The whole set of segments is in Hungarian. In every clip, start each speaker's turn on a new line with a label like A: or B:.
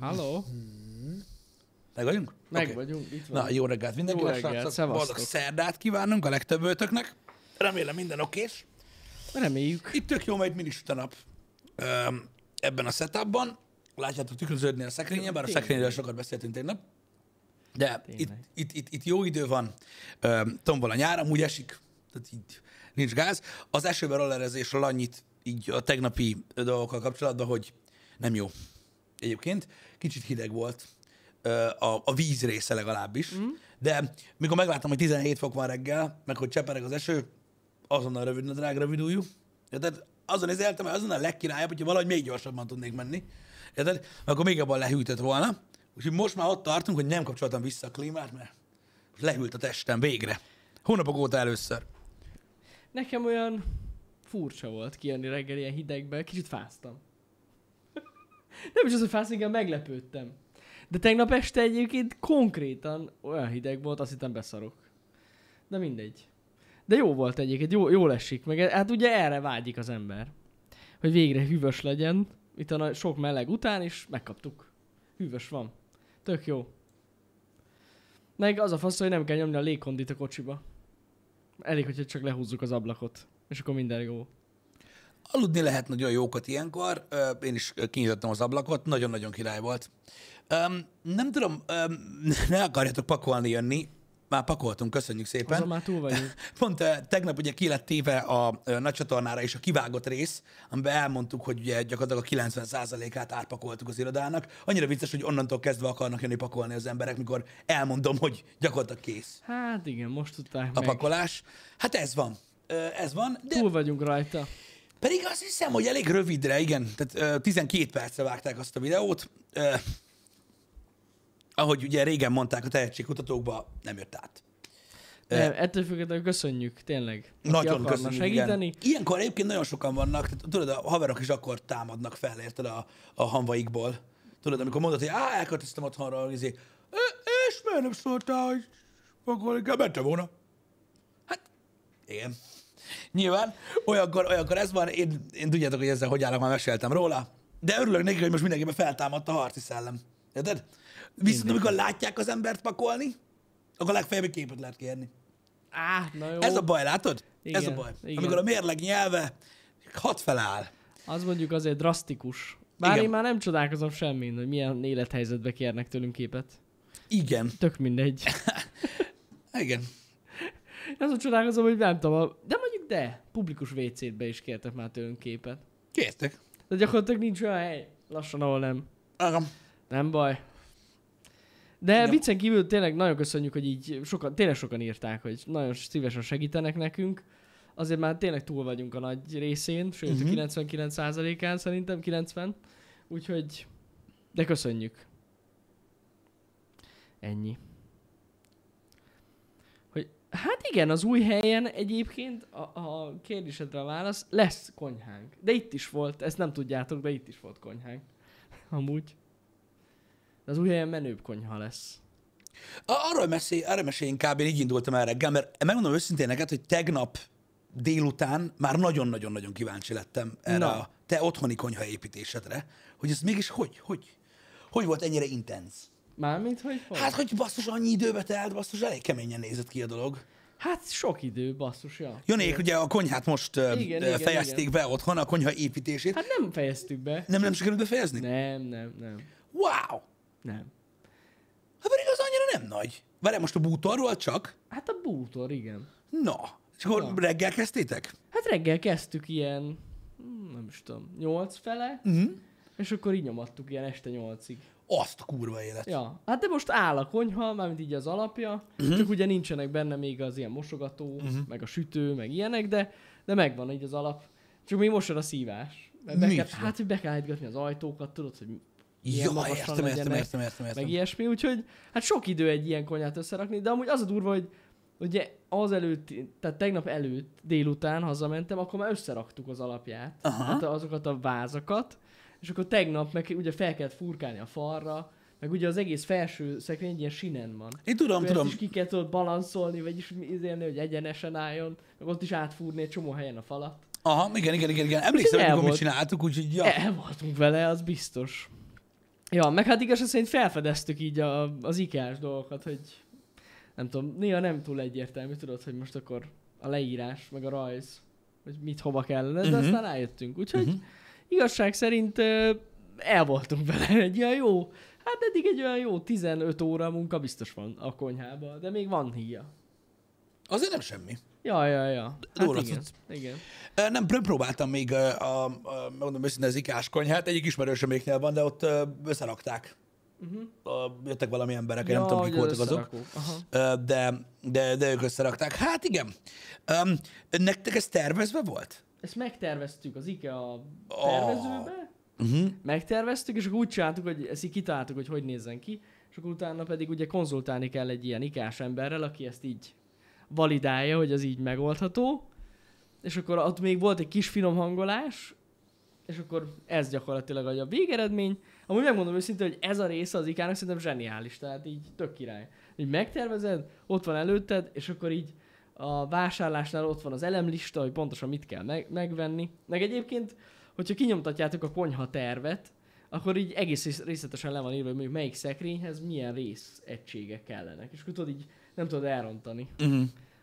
A: Halló?
B: Meg vagyunk?
A: Meg
B: Oké.
A: vagyunk, itt van.
B: Na, jó reggelt mindenkinek,
A: reggelt,
B: srácok.
A: szevasztok.
B: Boldog szerdát kívánunk a legtöbbőtöknek. Remélem minden okés.
A: Reméljük.
B: Itt tök jó megy minista nap Öm, ebben a setupban. Látjátok tükröződni a szekrényen, bár a
A: Tényleg.
B: szekrényről sokat beszéltünk tegnap. De itt,
A: Tényleg.
B: itt, itt, itt, jó idő van. Öm, Tombol a nyár, amúgy esik. Tehát így nincs gáz. Az esőben rollerezésről annyit így a tegnapi dolgokkal kapcsolatban, hogy nem jó. Egyébként kicsit hideg volt Ö, a, a víz része legalábbis. Mm. De mikor megláttam, hogy 17 fok van reggel, meg hogy csepereg az eső, azonnal rövid nadrág, rövid újú. Érted? Azon nézeltem, hogy azon a legkirályabb, hogyha valahogy még gyorsabban tudnék menni. Érted? Akkor még jobban lehűtött volna. Úgyhogy most már ott tartunk, hogy nem kapcsoltam vissza a klímát, mert most lehűlt a testem végre. Hónapok óta először.
A: Nekem olyan furcsa volt kijönni reggel ilyen hidegbe, kicsit fáztam. Nem is az, hogy fáztam, inkább meglepődtem. De tegnap este egyébként konkrétan olyan hideg volt, azt hittem beszarok. De mindegy. De jó volt egyébként, jó, jól esik, meg hát ugye erre vágyik az ember. Hogy végre hűvös legyen, itt a nagy- sok meleg után is megkaptuk. Hűvös van. Tök jó. Meg az a fasz, hogy nem kell nyomni a légkondit a kocsiba. Elég, hogyha csak lehúzzuk az ablakot, és akkor minden jó.
B: Aludni lehet nagyon jókat ilyenkor. Ö, Én is ö, kinyitottam az ablakot, nagyon-nagyon király volt. Öm, nem tudom, öm, ne akarjátok pakolni jönni. Már pakoltunk, köszönjük szépen.
A: Azon már túl vagyunk.
B: Pont ö, tegnap ugye ki lett téve a ö, nagy csatornára is a kivágott rész, amiben elmondtuk, hogy ugye gyakorlatilag a 90%-át átpakoltuk az irodának. Annyira vicces, hogy onnantól kezdve akarnak jönni pakolni az emberek, mikor elmondom, hogy gyakorlatilag kész
A: Hát igen, most tudták
B: a
A: meg.
B: pakolás. Hát ez van. Ö, Ez van, de
A: Túl vagyunk rajta.
B: pedig azt hiszem, hogy elég rövidre, igen. Tehát ö, 12 percre vágták azt a videót. Ö, ahogy ugye régen mondták a tehetségkutatókba, nem jött át.
A: Nem, ettől függetlenül köszönjük, tényleg. Aki
B: Eh. Nagyon
A: akarna
B: köszönjük,
A: segíteni.
B: Igen. Ilyenkor egyébként nagyon sokan vannak, tehát, tudod, a haverok is akkor támadnak fel, érted, a, a hanvaikból. Tudod, amikor mondod, hogy á, elköltöztem otthonról, izé, "Ö, és miért nem szóltál, hogy akkor inkább mentem volna? Hát, igen. Nyilván, olyankor, olyankor ez van, én, én tudjátok, hogy ezzel hogy állok, már meséltem róla, de örülök neki, hogy most mindenképpen feltámadt a harci szellem. Érted? Viszont amikor látják az embert pakolni, akkor legfeljebb egy képet lehet kérni.
A: Á, na jó.
B: Ez a baj, látod? Igen, ez a
A: Igen,
B: baj. Igen.
A: igen.
B: Amikor a mérleg nyelve hat feláll.
A: Az mondjuk azért drasztikus. Bár igen.
B: Igen.
A: én már nem csodálkozom semmin, hogy milyen élethelyzetbe kérnek tőlünk képet.
B: Igen.
A: Tök mindegy.
B: Igen.
A: Én azon csodálkozom, hogy nem tudom, a- de mondjuk de, publikus wc be is kértek már tőlünk képet.
B: Kértek.
A: De gyakorlatilag nincs olyan hely lassan, ahol nem.
B: Agam.
A: Nem baj. De
B: Igen.
A: Igen. viccen kívül tényleg nagyon köszönjük, hogy így sokan, tényleg sokan írták, hogy nagyon szívesen segítenek nekünk. Azért már tényleg túl vagyunk a nagy részén, sőt
B: Mhm.
A: a 99%-án szerintem, 90. Úgyhogy, de köszönjük. Ennyi. Hogy, hát igen, az új helyen egyébként a, a kérdésedre a válasz, lesz konyhánk. De itt is volt, ezt nem tudjátok, de itt is volt konyhánk. Amúgy. De az új helyen menőbb konyha lesz.
B: A- Arról mesélj, arra mesélj inkább, én így indultam el reggel, mert megmondom őszintén neked, hogy tegnap délután már nagyon-nagyon-nagyon kíváncsi lettem erre
A: Na.
B: a te otthoni konyha építésedre, hogy ez mégis hogy, hogy, hogy volt ennyire intenz.
A: Mármint, hogy hol?
B: Hát, hogy basszus, annyi időbe telt, basszus, elég keményen nézett ki a dolog.
A: hát sok idő, basszus, ja.
B: Jönék, ugye a konyhát most igen,
A: Igen,
B: igen,
A: igen,
B: fejezték igen.
A: igen.
B: be otthon, a konyha építését.
A: Hát nem fejeztük be.
B: nem, nem sikerült befejezni?
A: Nem, nem, nem,
B: Wow!
A: nem.
B: Hát pedig az annyira nem nagy. Várjál, most a bútorról csak?
A: Hát a bútor, igen.
B: Na. És akkor
A: Na.
B: reggel kezdtétek?
A: Hát reggel kezdtük ilyen, hm, nem is tudom, nyolc fele,
B: Mhm.
A: és akkor így nyomattuk ilyen este nyolcig.
B: Azt a kurva élet. Mhm.
A: Ja, hát de most áll a konyha, mármint így az alapja, uh-huh. csak ugye nincsenek benne még az ilyen mosogató, uh-huh. meg a sütő, meg ilyenek, de, de megvan így az alap. Csak még most jön a szívás. Mert Be
B: Nincs
A: kell,
B: is.
A: hát, hogy be kell állítgatni az ajtókat, tudod, hogy ilyen
B: Ja,
A: magasan
B: értem, értem,
A: legyenek,
B: értem, értem, értem.
A: meg ilyesmi, úgyhogy hát sok idő egy ilyen konyhát összerakni, de amúgy az a durva, hogy ugye az előtt, tehát tegnap előtt délután hazamentem, akkor már összeraktuk az alapját,
B: Aha.
A: hát azokat a vázakat, és akkor tegnap meg ugye fel kellett furkálni a falra, meg ugye az egész felső szekrény egy ilyen sinen van.
B: Én tudom,
A: Akkor ezt
B: tudom.
A: is ki kell tudod balanszolni, vagyis izélni, hogy egyenesen álljon, meg ott is átfúrni egy csomó helyen a falat.
B: Aha, igen, igen, igen, igen. Emlékszem,
A: el
B: amikor mi
A: volt.
B: csináltuk, úgyhogy ja.
A: El voltunk vele, az biztos. Ja, meg hát igazság szerint felfedeztük így a, az ikás dolgokat, hogy nem tudom, néha nem túl egyértelmű, tudod, hogy most akkor a leírás, meg a rajz, hogy mit hova kellene, de
B: Mhm.
A: uh-huh. aztán rájöttünk. Úgyhogy uh-huh. igazság szerint ö, el voltunk vele egy olyan jó, hát eddig egy olyan jó 15 óra munka biztos van a konyhában, de még van híja.
B: Azért nem semmi.
A: Ja, ja, ja. Hát
B: Durva
A: igen,
B: cucc.
A: igen.
B: Ö, Nem, nem próbáltam még, ö, a, a, megmondom őszintén, az ikás konyhát. Hát Egyik ismerősöméknél van, de ott ö, összerakták. Uh-huh. Jöttek valami emberek, ja, nem tudom,
A: hogy
B: kik
A: az
B: voltak azok.
A: összerakó. Mhm. Aha.
B: Ö, De, de, de ők összerakták. Hát igen. Um, nektek ez tervezve volt?
A: Ezt megterveztük az IKEA tervezőbe,
B: Uh-huh.
A: megterveztük, és akkor úgy csináltuk, hogy ezt így kitaláltuk, hogy hogy nézzen ki, és akkor utána pedig ugye konzultálni kell egy ilyen ikás emberrel, aki ezt így validálja, hogy az így megoldható, és akkor ott még volt egy kis finom hangolás, és akkor ez gyakorlatilag a végeredmény. Amúgy megmondom őszintén, hogy ez a része az ikának szerintem zseniális, tehát így tök király. Így megtervezed, ott van előtted, és akkor így a vásárlásnál ott van az elemlista, hogy pontosan mit kell meg- megvenni. Meg egyébként, hogyha kinyomtatjátok a konyha tervet, akkor így egész rész- részletesen le van írva, hogy mondjuk melyik szekrényhez milyen részegységek kellenek. És akkor tudod így, nem tudod elrontani.
B: Uh-huh.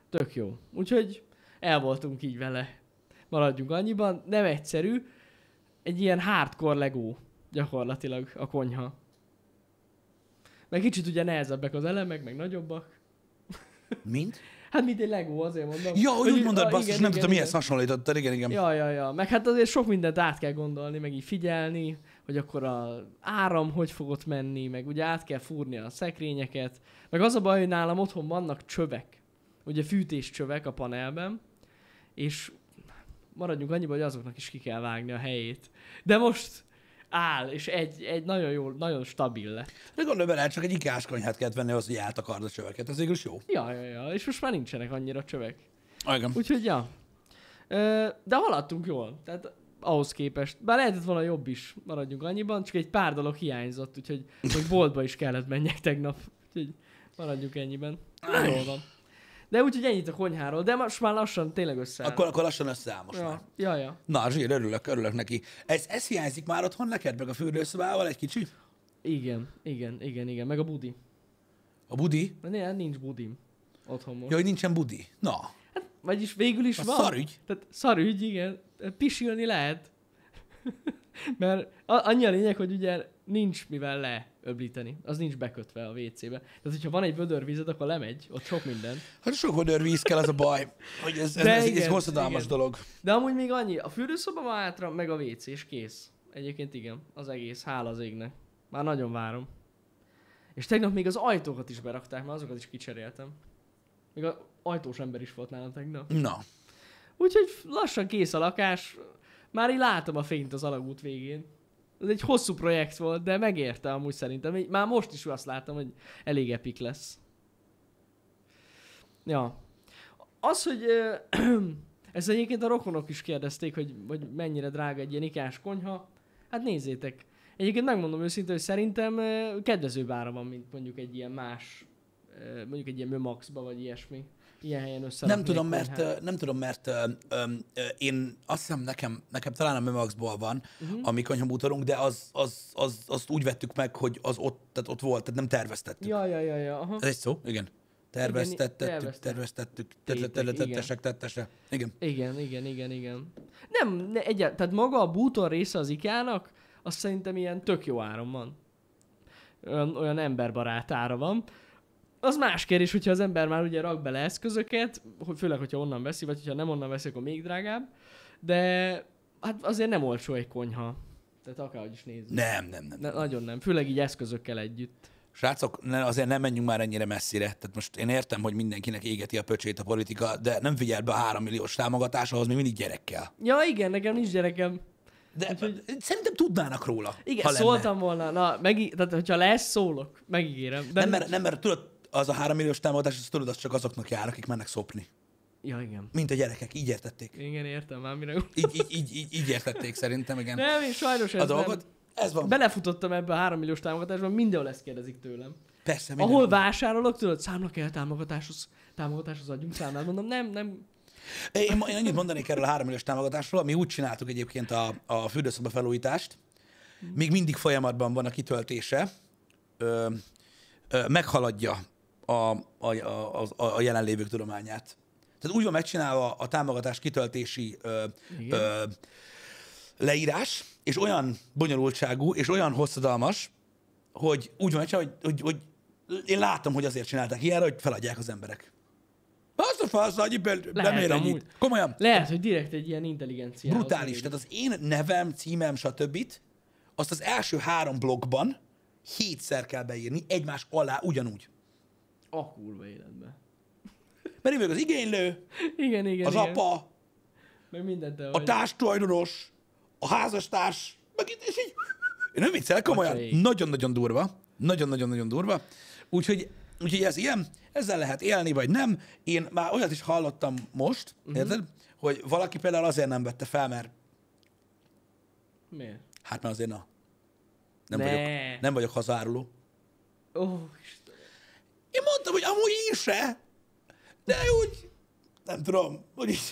A: Tök jó. Úgyhogy el voltunk így vele. Maradjunk annyiban. Nem egyszerű. Egy ilyen hardcore legó gyakorlatilag a konyha. Meg kicsit ugye nehezebbek az elemek, meg nagyobbak.
B: Mint?
A: Hát mint egy legó, azért mondom.
B: Ja, hogy úgy mondod,
A: a-
B: basszus, nem
A: ah, igen,
B: tudtam,
A: igen,
B: mihez hasonlítottad. Igen, igen.
A: Ja, ja, ja. Meg hát azért sok mindent át kell gondolni, meg így figyelni, hogy akkor a áram hogy fog ott menni, meg ugye át kell fúrni a szekrényeket. Meg az a baj, hogy nálam otthon vannak csövek. Ugye fűtéscsövek a panelben, és maradjunk annyiba, hogy azoknak is ki kell vágni a helyét. De most áll, és egy, egy nagyon jó, nagyon stabil lett.
B: De gondolj bele, hát csak egy ikás konyhát kellett venni ahhoz, hogy átakard a csöveket. Ez végül is jó.
A: Ja, ja, ja. És most már nincsenek annyira csövek.
B: Ah, igen.
A: Úgyhogy, ja. Ö, De haladtunk jól. Tehát ahhoz képest. Bár lehetett volna jobb is, maradjunk annyiban, csak egy pár dolog hiányzott, úgyhogy hogy boltba is kellett menjek tegnap. Úgyhogy maradjunk ennyiben. De Jól van. De úgyhogy ennyit a konyháról, de most már lassan tényleg összeáll.
B: Akkor, akkor lassan összeáll most már.
A: ja, ja, ja.
B: Na, Zsír, örülök, örülök neki. Ez, ez hiányzik már otthon neked, meg a fürdőszobával egy kicsi?
A: Igen, igen, igen, igen. Meg a budi.
B: A budi?
A: Mert né- nincs budim otthon most.
B: Jaj, nincsen budi. Na,
A: Hát, vagyis végül is
B: az
A: van.
B: szarügy.
A: Tehát szarügy, igen. Pisilni lehet. Mert a- annyi a lényeg, hogy ugye nincs mivel leöblíteni. Az nincs bekötve a WC-be. Tehát, hogyha van egy vödörvízed, akkor lemegy, ott sok minden.
B: Hát sok vödörvíz kell, az a baj. Hogy ez, ez,
A: De
B: ez, ez, ez
A: igen,
B: hosszadalmas
A: igen.
B: dolog.
A: De amúgy még annyi, a fürdőszoba van átra, meg a WC, és kész. Egyébként igen, az egész, hála az égnek. Már nagyon várom. És tegnap még az ajtókat is berakták, már azokat is kicseréltem. Még az ajtós ember is volt nálam tegnap.
B: Na,
A: Úgyhogy lassan kész a lakás. Már így látom a fényt az alagút végén. Ez egy hosszú projekt volt, de megérte amúgy szerintem. Így- Már most is azt látom, hogy elég epik lesz. Ja. Az, hogy... ö, ezt egyébként a rokonok is kérdezték, hogy, hogy mennyire drága egy ilyen ikás konyha. Hát nézzétek. Egyébként megmondom őszintén, hogy szerintem ö, kedvezőbb ára van, mint mondjuk egy ilyen más, ö, mondjuk egy ilyen Mömaxba, vagy ilyesmi. Ilyen helyen össze.
B: nem tudom, mert, ö, nem tudom, mert ö, ö, ö, én azt hiszem, nekem, nekem talán a Memaxból van, uh-huh. ami konyhabútorunk, de az, az, az, azt úgy vettük meg, hogy az ott, tehát ott volt, tehát nem terveztettük.
A: Ja, ja, ja, ja. Aha.
B: Ez egy szó? Igen. Terveztettük,
A: terveztet-
B: terveztettük,
A: Tétek,
B: terveztettesek, tettese. Igen.
A: Igen, igen, igen, igen. Nem, ne, egyet, tehát maga a bútor része az ikának, azt szerintem ilyen tök jó áron van. Olyan, olyan emberbarát ára van. Az más kérdés, hogyha az ember már ugye rak bele eszközöket, hogy főleg, hogyha onnan veszi, vagy hogyha nem onnan veszi, akkor még drágább. De hát azért nem olcsó egy konyha. Tehát akárhogy is nézzük.
B: Nem, nem, nem.
A: Ne, nagyon nem, főleg így eszközökkel együtt.
B: Srácok, ne, azért nem menjünk már ennyire messzire. Tehát most én értem, hogy mindenkinek égeti a pöcsét a politika, de nem figyel be a 3 milliós támogatás, ahhoz még mindig gyerekkel.
A: Ja igen, nekem nincs gyerekem.
B: De Úgyhogy... szóval szerintem tudnának róla.
A: Igen,
B: ha lenne.
A: szóltam volna. Na, megi, tehát, hogyha lesz, szólok. Megígérem. De
B: Nem, mert, nem, mert tudod, az a 3 milliós támogatás, az tudod, az csak azoknak jár, akik mennek szopni.
A: Ja, igen.
B: Mint a gyerekek, így értették.
A: Igen, értem már, mire
B: Így, így, így, így, így értették szerintem, igen.
A: Nem, én sajnos ez
B: a
A: nem.
B: dolgot, ez van.
A: Belefutottam ebbe a 3 milliós támogatásba, mindenhol ezt kérdezik tőlem.
B: Persze, minden.
A: Ahol vásárolok, tudod, számla kell támogatáshoz, támogatáshoz adjunk számlát. Mondom, nem, nem.
B: Én, én annyit mondanék erről a 3 milliós támogatásról, mi úgy csináltuk egyébként a, a fürdőszoba felújítást, még mindig folyamatban van a kitöltése, ö, ö, meghaladja a, a, a, a, a jelenlévők tudományát. Tehát úgy van megcsinálva a támogatás kitöltési ö,
A: Igen.
B: ö, leírás, és olyan bonyolultságú, és olyan hosszadalmas, hogy úgy van megcsinálva, hogy, hogy, hogy én látom, hogy azért csinálták ilyenre, hogy feladják az emberek. Azt a fasz, annyi bel-
A: Lehet
B: nem ér
A: amúgy.
B: ennyit. Komolyan.
A: Lehet, hogy direkt egy ilyen intelligencia.
B: Brutális. Tehát az én nevem, címem, stb. azt az első három blogban hétszer kell beírni, egymás alá ugyanúgy.
A: A kurva életbe.
B: Mert én vagyok az igénylő,
A: Igen, igen,
B: az
A: igen.
B: apa,
A: Meg mindent el
B: a társtulajdonos, a házastárs, meg itt, és így, én nem viccelek, komolyan.
A: Atyaik.
B: Nagyon-nagyon durva. Nagyon-nagyon-nagyon durva. Úgyhogy, úgyhogy ez ilyen, ezzel lehet élni, vagy nem. Én már olyat is hallottam most, uh-huh. érted, hogy valaki például azért nem vette fel, mert
A: Miért?
B: hát mert azért na, nem,
A: Ne.
B: vagyok, nem vagyok hazáruló.
A: Ó, Istenem.
B: Én mondtam, hogy amúgy én se, de úgy, nem tudom, hogy így,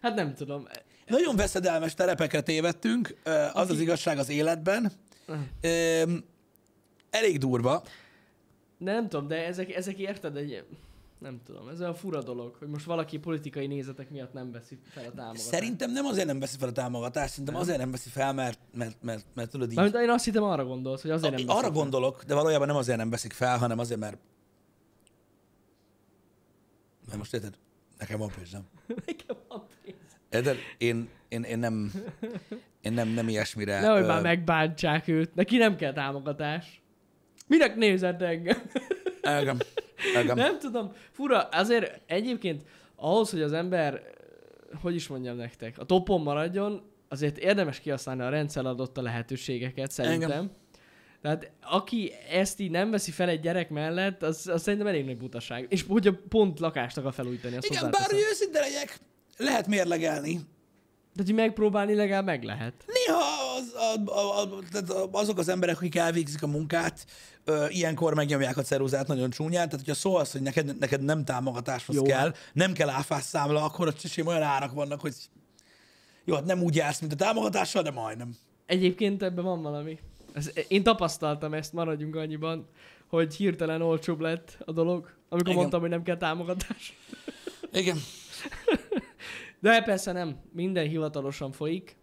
A: Hát nem tudom.
B: Nagyon veszedelmes terepekre tévedtünk, ö, az az igazság az életben. Ö, Elég durva.
A: De nem tudom, de ezek, ezek érted egy... Nem tudom, ez olyan fura dolog, hogy most valaki politikai nézetek miatt nem veszi fel a támogatást.
B: Szerintem nem azért nem veszi fel a támogatást, szerintem azért nem veszi fel, mert, mert, mert, mert tudod így...
A: Mármint én azt hittem arra gondolsz, hogy azért nem
B: Arra
A: veszik.
B: gondolok, de valójában nem azért nem veszik fel, hanem azért, mert... Mert most érted? Nekem van pénzem.
A: Nekem van pénz.
B: Érted? Én, én, én nem... Én nem, nem ilyesmire...
A: Nehogy
B: Hát, ö,
A: már megbántsák őt, neki nem kell támogatás. Minek nézed engem?
B: elgem- elgem.
A: Nem tudom, fura, azért egyébként ahhoz, hogy az ember, hogy is mondjam nektek, a topon maradjon, azért érdemes kihasználni a rendszer adott lehetőségeket, szerintem.
B: Engem.
A: Tehát aki ezt így nem veszi fel egy gyerek mellett, az, az szerintem elég nagy butaság. És hogyha pont lakást akar felújítani, azt
B: Igen, bár
A: hozzáteszem.
B: hogy őszinte legyek, lehet mérlegelni,
A: Tehát, hogy megpróbálni legalább meg lehet.
B: Néha az, a, a, a, tehát a- azok az emberek, akik elvégzik a munkát, ö, ilyenkor megnyomják a ceruzát nagyon csúnyán, tehát hogyha szólsz, hogy neked, neked nem támogatáshoz
A: Jó,
B: Jó. kell, nem kell áfás számla, akkor a csisém olyan árak vannak, hogy jó, hát nem úgy jársz, mint a támogatással, de majdnem.
A: Egyébként ebben van valami. Ez, én tapasztaltam ezt, maradjunk annyiban, hogy hirtelen olcsóbb lett a dolog, amikor
B: Igen.
A: Igen. mondtam, hogy nem kell támogatás.
B: Igen.
A: De persze nem, minden hivatalosan folyik,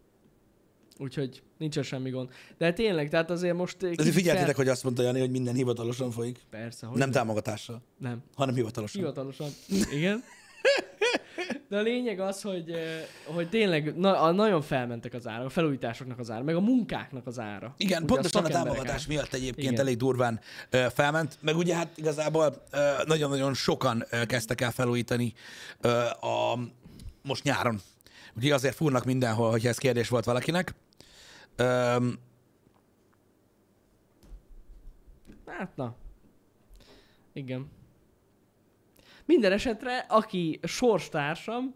A: úgyhogy nincsen semmi gond. De tényleg, tehát azért most... eh,
B: Ezért
A: kicsit
B: figyeltétek,
A: fel-
B: hogy azt mondta Jani, hogy minden hivatalosan folyik.
A: Persze, hogy
B: Hogy nem támogatással,
A: nem.
B: hanem hivatalosan. Hivat.
A: Hivatalosan. Igen. De a lényeg az, hogy, eh, hogy tényleg na, a, nagyon felmentek az ára, a felújításoknak az ára, meg a munkáknak az ára.
B: Igen,
A: Ugye
B: pontosan a
A: szakemberek
B: támogatás miatt egyébként
A: Igen.
B: elég durván ö, felment, meg ugye hát igazából ö, nagyon-nagyon sokan ö, kezdtek el felújítani ö, a, most nyáron. Úgyhogy azért fúrnak mindenhol, hogyha ez kérdés volt valakinek. Öm,
A: ára. Hát na. Igen. Minden esetre, aki sorstársam,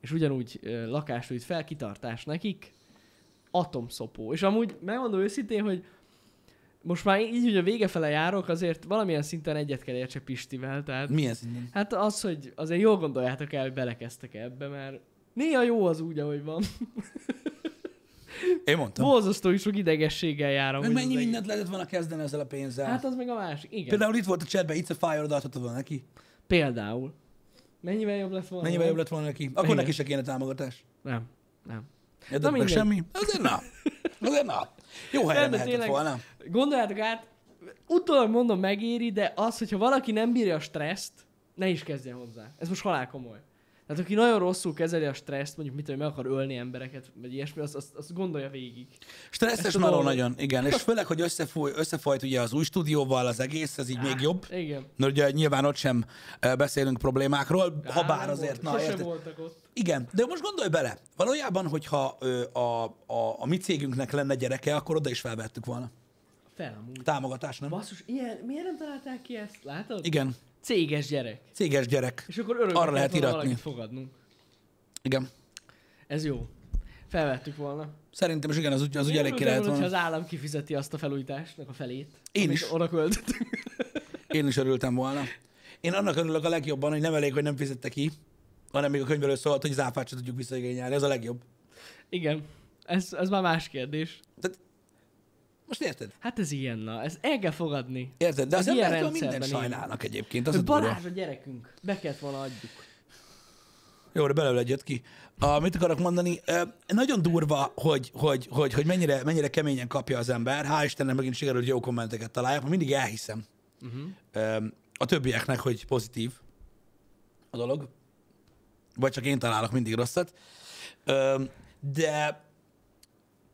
A: és ugyanúgy ö, lakást ügy fel, kitartás nekik, atomszopó. És amúgy megmondom őszintén, hogy most már így, hogy a vége fele járok, azért valamilyen szinten egyet kell értsek Pistivel, tehát
B: milyen szinten?
A: hát az, hogy azért jól gondoljátok el, hogy belekezdtek ebbe, mert néha jó az úgy, ahogy van.
B: Én mondtam.
A: Borzasztó is sok idegességgel járom.
B: Meg
A: hogy
B: mennyi
A: az egész-
B: mindent lehetett volna kezdeni ezzel a pénzzel.
A: Hát
B: Hát,
A: az meg a másik, igen. Például.
B: Például itt volt a chatben, It's a Fire, odaadhatod volna neki.
A: Például. Mennyivel jobb lett volna?
B: Mennyivel
A: nem?
B: jobb lett volna neki? Akkor
A: Igen.
B: neki se kéne támogatás.
A: Nem, nem.
B: Érted?
A: Na
B: Meg
A: mindegy.
B: semmi? Azért na. Azért na. Jó helyre
A: Nem, de
B: mehetett
A: tényleg-
B: volna.
A: Gondoljátok át, utólag mondom megéri, de az, hogyha valaki nem bírja a stresszt, ne is kezdjen hozzá. Ez most halál komoly. Tehát aki nagyon rosszul kezeli a stresszt, mondjuk mit, hogy meg akar ölni embereket, vagy ilyesmi, azt, azt, azt gondolja végig.
B: Stresszes
A: Ezt a
B: meló
A: dolgot.
B: nagyon, igen. És főleg, hogy összefúj, összefajt ugye az új stúdióval az egész, ez így még jobb.
A: Igen.
B: Mert ugye nyilván ott sem ö, beszélünk problémákról, ha bár
A: nem volt,
B: azért, na
A: sosem
B: érted.
A: voltak ott.
B: Igen, de most gondolj bele, valójában, hogyha ö, a, a, a mi cégünknek lenne gyereke, akkor oda is felvettük volna.
A: Fel amúgy.
B: Támogatás, nem?
A: Basszus, ilyen, miért nem találták ki ezt? Látod?
B: Igen,
A: Céges gyerek.
B: céges gyerek.
A: És akkor örökre
B: Arra
A: kellett
B: lehet
A: volna
B: iratni.
A: valakit fogadnunk.
B: Igen.
A: Ez jó. Felvettük volna.
B: Szerintem is igen, az, úgy- az úgy elég ki lehet
A: volna. hogyha az
B: volna.
A: állam kifizeti azt a felújításnak a felét.
B: Én
A: amit
B: is.
A: Oda költöttünk.
B: Én is örültem volna. Én annak örülök a legjobban, hogy nem elég, hogy nem fizette ki, hanem még a könyvelő szólt, hogy záfát sem tudjuk visszaigényelni. Ez a legjobb.
A: Igen. Ez, ez már más kérdés.
B: Tehát, most érted?
A: Hát ez ilyen, na. Ezt el kell fogadni.
B: Érted? De
A: Az
B: az
A: ilyen
B: embertől mindent
A: rendszerben élünk.
B: sajnálnak egyébként. Az a
A: Ez
B: durva.
A: Balázs a gyerekünk. Be kellett volna adjuk.
B: Jó, de belőle jött ki. A, mit akarok mondani? Ö, nagyon durva, hogy, hogy, hogy, hogy mennyire, mennyire keményen kapja az ember. Hál' Istennek megint sikerült jó kommenteket találjak, mert mindig elhiszem uh-huh. a többieknek, hogy pozitív a dolog. Vagy csak én találok mindig rosszat. Ö, de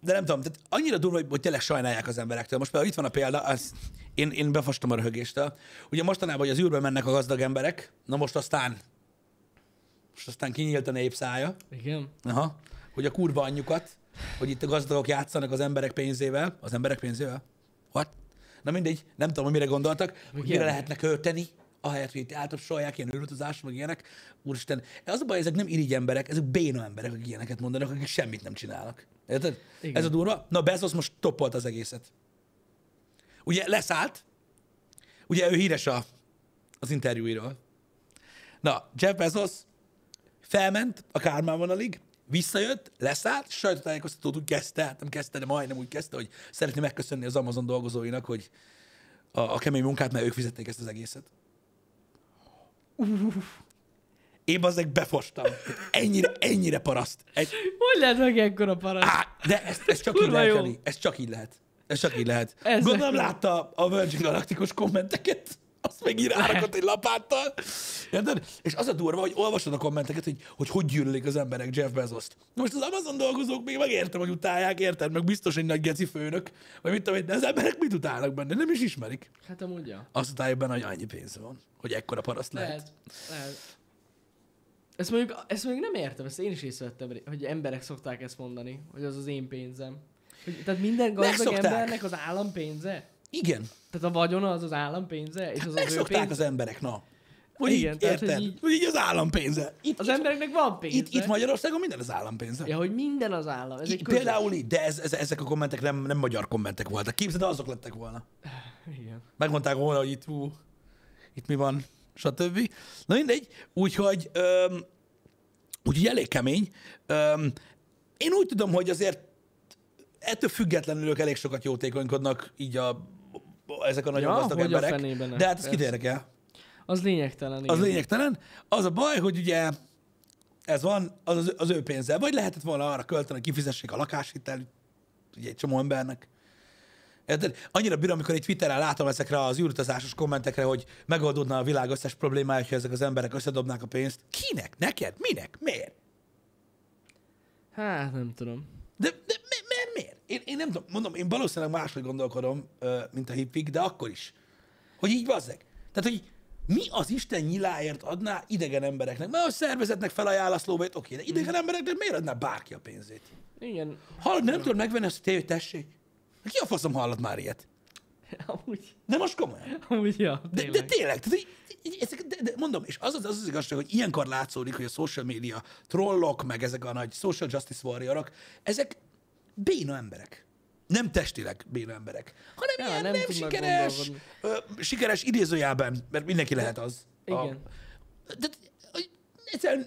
B: de nem tudom, tehát annyira durva, hogy, hogy tényleg sajnálják az emberektől. Most például itt van a példa, az, én, én befastam a röhögéstől. Ugye mostanában, hogy az űrbe mennek a gazdag emberek, na most aztán most aztán kinyílt a népszája,
A: Igen?
B: Aha. hogy a kurva anyjukat, hogy itt a gazdagok játszanak az emberek pénzével, az emberek pénzével, what? Na mindegy, nem tudom, hogy mire gondoltak, hogy mire
A: ilyenek.
B: lehetne költeni, ahelyett, hogy itt általában ilyen űrutazás, meg ilyenek. Úristen, az a baj, ezek nem irigy emberek, ezek béna emberek, akik ilyeneket mondanak, akik semmit nem csinálnak. Érted?
A: Igen.
B: Ez a durva. Na Bezos most topolt az egészet. Ugye leszállt, ugye ő híres a, az interjúiról. Na, Jeff Bezos felment a Kármán vonalig, visszajött, leszállt, sajtótájékoztatót úgy kezdte, hát nem kezdte, de majdnem úgy kezdte, hogy szeretné megköszönni az Amazon dolgozóinak, hogy a, a kemény munkát, mert ők fizették ezt az egészet. Én bazdmeg befostam. Tehát Ennyire, ennyire paraszt. Egy,
A: Hogy lehet meg ekkora paraszt?
B: á, de ezt, ezt csak így
A: Kurva
B: lehet,
A: jó.
B: Jani. Ez csak így lehet. Ez csak így lehet.
A: Ez-
B: Gondolom látta a Virgin Galacticos kommenteket, azt meg rárakott egy lapáttal. Érted? És az a durva, hogy olvasod a kommenteket, hogy hogy, hogy gyűlölik az emberek Jeff Bezos-t. Na most az Amazon dolgozók még megértem, hogy utálják, érted? Meg biztos egy nagy geci főnök, vagy mit tudom én, de az emberek mit utálnak benne, nem is ismerik.
A: Hát amúgy ja.
B: Azt utálják benne, hogy annyi pénz van, hogy ekkora paraszt lehet.
A: Lehet. Lehet. Ezt mondjuk, ezt mondjuk nem értem, ezt én is észrevettem, hogy emberek szokták ezt mondani, hogy az az én pénzem. Hogy, tehát minden gazdag
B: Megszokták.
A: embernek az állam pénze?
B: Igen,
A: Tehát a vagyona az az állam pénze,
B: Hát
A: és az az ő
B: megszokták
A: pénze?
B: az emberek, na. Hogy
A: Igen,
B: így,
A: tehát,
B: érted?
A: hogy
B: Hogy így...
A: így-
B: az állampénze. Itt,
A: Az
B: itt-
A: embereknek van pénze.
B: Itt, itt Magyarországon minden az állampénze. Ja,
A: Ja, hogy minden az állam. Ez egy közös-
B: Például így, de ez, ez, ezek a kommentek nem, nem magyar kommentek voltak. Képzeld, azok lettek volna.
A: Igen.
B: Megmondták volna, hogy itt, hú, itt mi van, stb. Na mindegy, úgyhogy, öm, úgyhogy elég kemény. Öm, én úgy tudom, hogy azért ettől függetlenül ők elég sokat jótékonykodnak így a, ezek a nagyon
A: Ja,
B: gazdag
A: hogy a
B: emberek.
A: fenében ne.
B: de hát ez
A: Persze.
B: kit érdekel?
A: Az lényegtelen.
B: Az
A: igen.
B: lényegtelen. Az a baj, hogy ugye ez van, az, az, az ő pénze. Vagy lehetett volna arra költeni, hogy kifizessék a lakáshitelt, ugye egy csomó embernek. Érted? Annyira bírom, amikor egy Twitteren látom ezekre az űrutazásos kommentekre, hogy megoldódna a világ összes problémája, ha ezek az emberek összedobnák a pénzt. Kinek? Neked? Minek? Miért?
A: Hát nem tudom.
B: De, de mi, miért, miért? Én, én nem tudom, mondom, én valószínűleg máshogy gondolkodom, ö, mint a hippik, de akkor is. Hogy így bazzeg. Tehát, hogy mi az Isten nyiláért adná idegen embereknek? Mert a szervezetnek felajánl a szlóbait, oké, de idegen embereknek miért adná bárki a pénzét?
A: Igen.
B: Hallod, nem tudod megvenni azt, hogy te, hogy tessék? Ki a faszom hallott már ilyet?
A: Amúgy,
B: De most komolyan.
A: amúgy ja,
B: De, de tényleg, tehát, így- így- ezek, de, de, mondom, és az az, az az igazság, hogy ilyenkor látszódik, hogy a social media trollok, meg ezek a nagy social justice warriorok, ezek béna emberek. Nem testileg béna emberek, hanem
A: Ja,
B: ilyen nem,
A: nem
B: nem
A: tudnak
B: sikeres, ö, sikeres idézőjelben, mert mindenki lehet az.
A: Igen.
B: Ah. A, de, hogy egyszerűen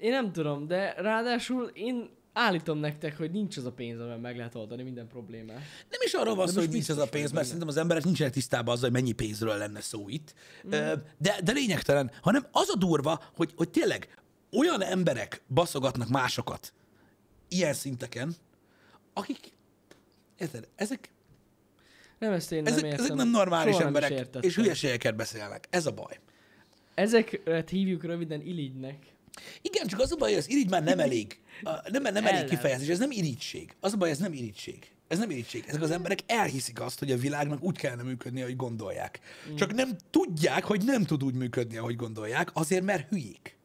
A: Én nem tudom, de ráadásul én állítom nektek, hogy nincs az a pénz, amivel meg lehet oldani minden problémát.
B: Nem is arról van szó, hogy
A: most
B: nincs az
A: biztos
B: a
A: vagy
B: pénz, mert
A: benne.
B: szerintem az emberek nincsenek tisztában azzal, hogy mennyi pénzről lenne szó itt.
A: Mm.
B: Ö, De, de lényegtelen, hanem az a durva, hogy, hogy tényleg olyan emberek baszogatnak másokat ilyen szinteken, akik, érted, ezek,
A: Nem, ezt én nem
B: ezek,
A: értem.
B: ezek nem normális
A: Soha nem is
B: emberek,
A: értettem.
B: és hülyeségeket beszélnek. Ez a baj.
A: Ezeket hívjuk röviden iligynek.
B: Igen, csak az a baj, hogy az irigy már nem elég. A- Nem, nem elég
A: Ellen.
B: kifejezés, ez nem irigység. Az a baj, ez nem irigység. Ez nem irigység. Ezek az emberek elhiszik azt, hogy a világnak úgy kellene működni, ahogy gondolják. Csak nem tudják, hogy nem tud úgy működni, ahogy gondolják, azért mert hülyék.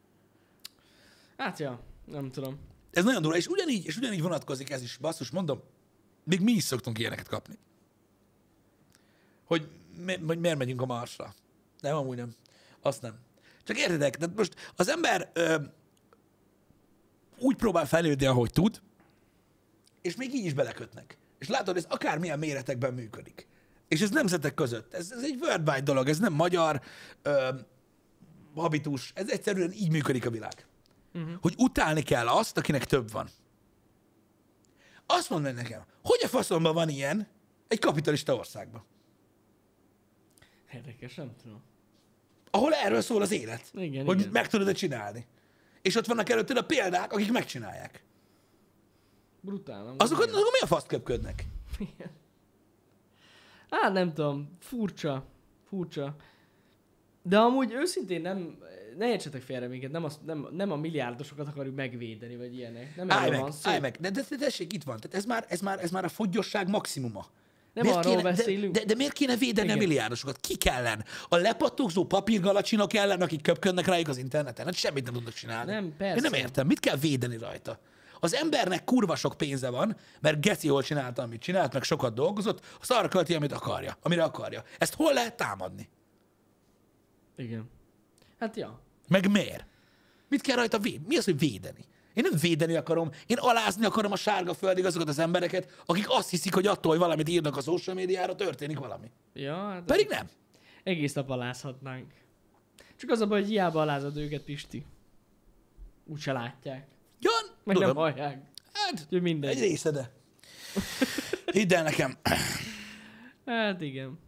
A: Hát ja, nem tudom.
B: Ez nagyon durva, és ugyanígy, és ugyanígy vonatkozik ez is. Basszus, mondom, még mi is szoktunk ilyeneket kapni. Hogy, mi, hogy miért megyünk a Marsra. Nem, amúgy nem. Azt nem. Csak értedek, de most az ember ö, úgy próbál fejlődni, ahogy tud, és még így is belekötnek. És látod, ez akármilyen méretekben működik. És ez nemzetek között. Ez, ez egy worldwide dolog, ez nem magyar ö, habitus. Ez
A: Mhm.
B: egyszerűen így működik a világ. Uh-huh. Hogy utálni kell azt, akinek több van. Azt mondd meg nekem, hogy a faszomban van ilyen egy kapitalista országban,
A: Érdekes, nem tudom.
B: ahol erről szól az élet,
A: Igen,
B: hogy
A: igen.
B: meg tudod-e csinálni. És ott vannak előtted a példák, akik megcsinálják.
A: Brutál, nem?
B: Azokat, azok mi a faszt köpködnek?
A: Igen. Á, nem tudom, furcsa, furcsa. De amúgy őszintén nem, ne értsetek félre minket, nem, azt, nem, nem a milliárdosokat akarjuk megvédeni, vagy ilyenek. Nem
B: Állj
A: erről
B: meg,
A: van szó.
B: állj meg. De, de, de tessék, itt van. Tehát ez már, ez már, ez már a fogyosság maximuma.
A: Nem arról
B: kéne,
A: beszélünk.
B: De, de, de miért kéne védeni Igen. a
A: Igen.
B: milliárdosokat? Kik ellen? A lepatogzó papírgalacsinok ellen, akik köpködnek rájuk az interneten? Hát semmit nem tudnak csinálni.
A: Nem, persze.
B: Én nem értem. Mit kell védeni rajta? Az embernek kurva sok pénze van, mert Geci jól csinálta, amit csinált, meg sokat dolgozott, azt arra költi, amit akarja, amire akarja. Ezt hol lehet támadni?
A: Igen. Hát ja.
B: Meg miért? Mit kell rajta védeni? Mi az, hogy védeni? Én nem védeni akarom, én alázni akarom a sárga földig azokat az embereket, akik azt hiszik, hogy attól, hogy valamit írnak a social médiára, történik valami.
A: Ja, hát
B: Pedig nem.
A: egész nap alázhatnánk. Csak az a baj, hogy hiába alázod őket, Pisti. Úgyse látják.
B: Jan,
A: Meg
B: tudom.
A: nem hallják.
B: Hát,
A: Úgyhogy mindegy.
B: egy része, de. Hidd el nekem.
A: Hát igen.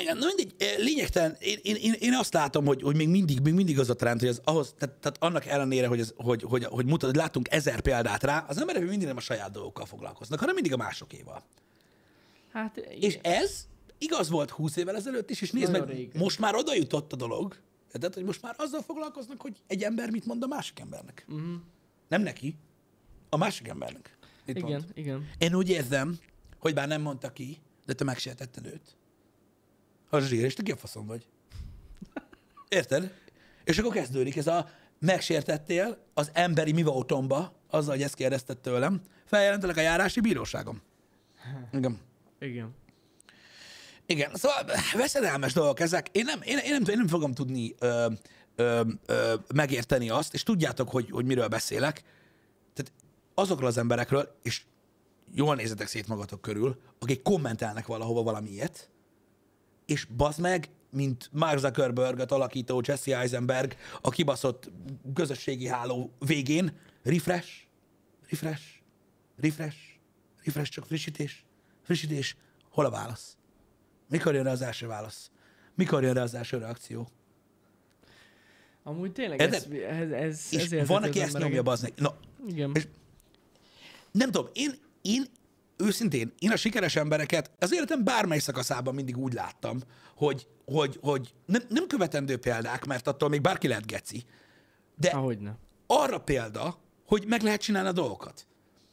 B: Igen, na mindegy, eh, lényegtelen, én, én, én, én azt látom, hogy, hogy még, mindig, még mindig az a trend, hogy az ahhoz, tehát, tehát annak ellenére, hogy, ez, hogy, hogy, hogy, mutat, hogy látunk ezer példát rá, az emberek még mindig nem a saját dolgokkal foglalkoznak, hanem mindig a másokéval.
A: Hát igen.
B: És ez igaz volt 20 évvel ezelőtt is, és nézd
A: Nagyon
B: meg,
A: régen.
B: most már oda jutott a dolog. Tehát, hogy most már azzal foglalkoznak, hogy egy ember mit mond a másik embernek.
A: Mhm.
B: Uh-huh. Nem neki, a másik embernek. Itt
A: igen,
B: Igen.
A: igen, igen.
B: Én úgy érzem, hogy bár nem mondta ki, de te megsértetted őt. Ha zsír, és te ki a faszom vagy. Érted? És akkor kezdődik ez a megsértettél az emberi mivótomba, azzal, hogy ezt kérdezted tőlem, feljelentelek a járási bíróságom. Igen.
A: Igen.
B: Igen, szóval veszedelmes dolgok ezek. Én nem, én, én nem, én nem fogom tudni ö, ö, ö, megérteni azt, és tudjátok, hogy, hogy miről beszélek. Tehát azokról az emberekről, és jól nézzetek szét magatok körül, akik kommentelnek valahova valami ilyet, és bazd meg, mint Mark Zuckerberg alakító Jesse Eisenberg a kibaszott közösségi háló végén, refresh, refresh, refresh, refresh, csak frissítés, frissítés, hol a válasz? Mikor jön rá az első válasz? Mikor jön rá az első reakció?
A: Amúgy tényleg
B: Érted?
A: ez, ez, ez
B: És
A: ezért
B: van,
A: az
B: aki ezt
A: embereket.
B: nyomja bazd meg. Na,
A: Igen.
B: És- nem tudom, én, én őszintén, én a sikeres embereket az életem bármely szakaszában mindig úgy láttam, hogy, hogy, hogy nem, nem követendő példák, mert attól még bárki lehet geci, de
A: Ahogyne.
B: arra példa, hogy meg lehet csinálni a dolgokat.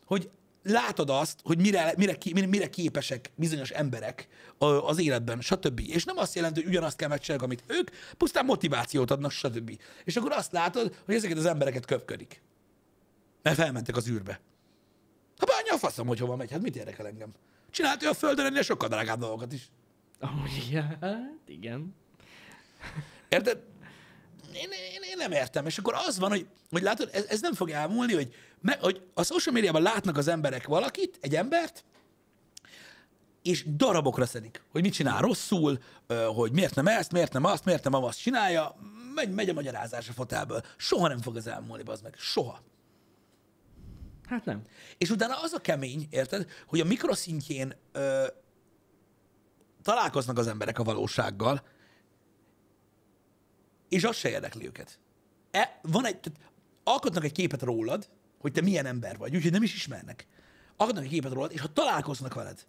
B: Hogy látod azt, hogy mire, mire, ki- mire, mire képesek bizonyos emberek ö, az életben, stb. És nem azt jelenti, hogy ugyanazt kell megcsinálni, amit ők, pusztán motivációt adnak, stb. És akkor azt látod, hogy ezeket az embereket köpködik. Mert felmentek az űrbe. Ha bánja a faszom, hogy hova megy, hát mit érdekel engem? Csinált ő a földön ennél sokkal drágább dolgokat is.
A: Amúgy igen. Hát igen.
B: Érted? Én, én, én nem értem. És akkor az van, hogy, hogy látod, ez, ez nem fog elmúlni, hogy, me, hogy a social médiában látnak az emberek valakit, egy embert, és darabokra szedik, hogy mit csinál rosszul, ö, hogy miért nem ezt, miért nem azt, miért nem azt csinálja, megy, megy a magyarázás a fotelből. Soha nem fog ez elmúlni, az meg. Soha.
A: Hát nem.
B: És utána az a kemény, érted, hogy a mikroszintjén ö, találkoznak az emberek a valósággal, és az se érdekli őket. E, van egy, tehát alkotnak egy képet rólad, hogy te milyen ember vagy, úgyhogy nem is ismernek. Alkotnak egy képet rólad, és ha találkoznak veled,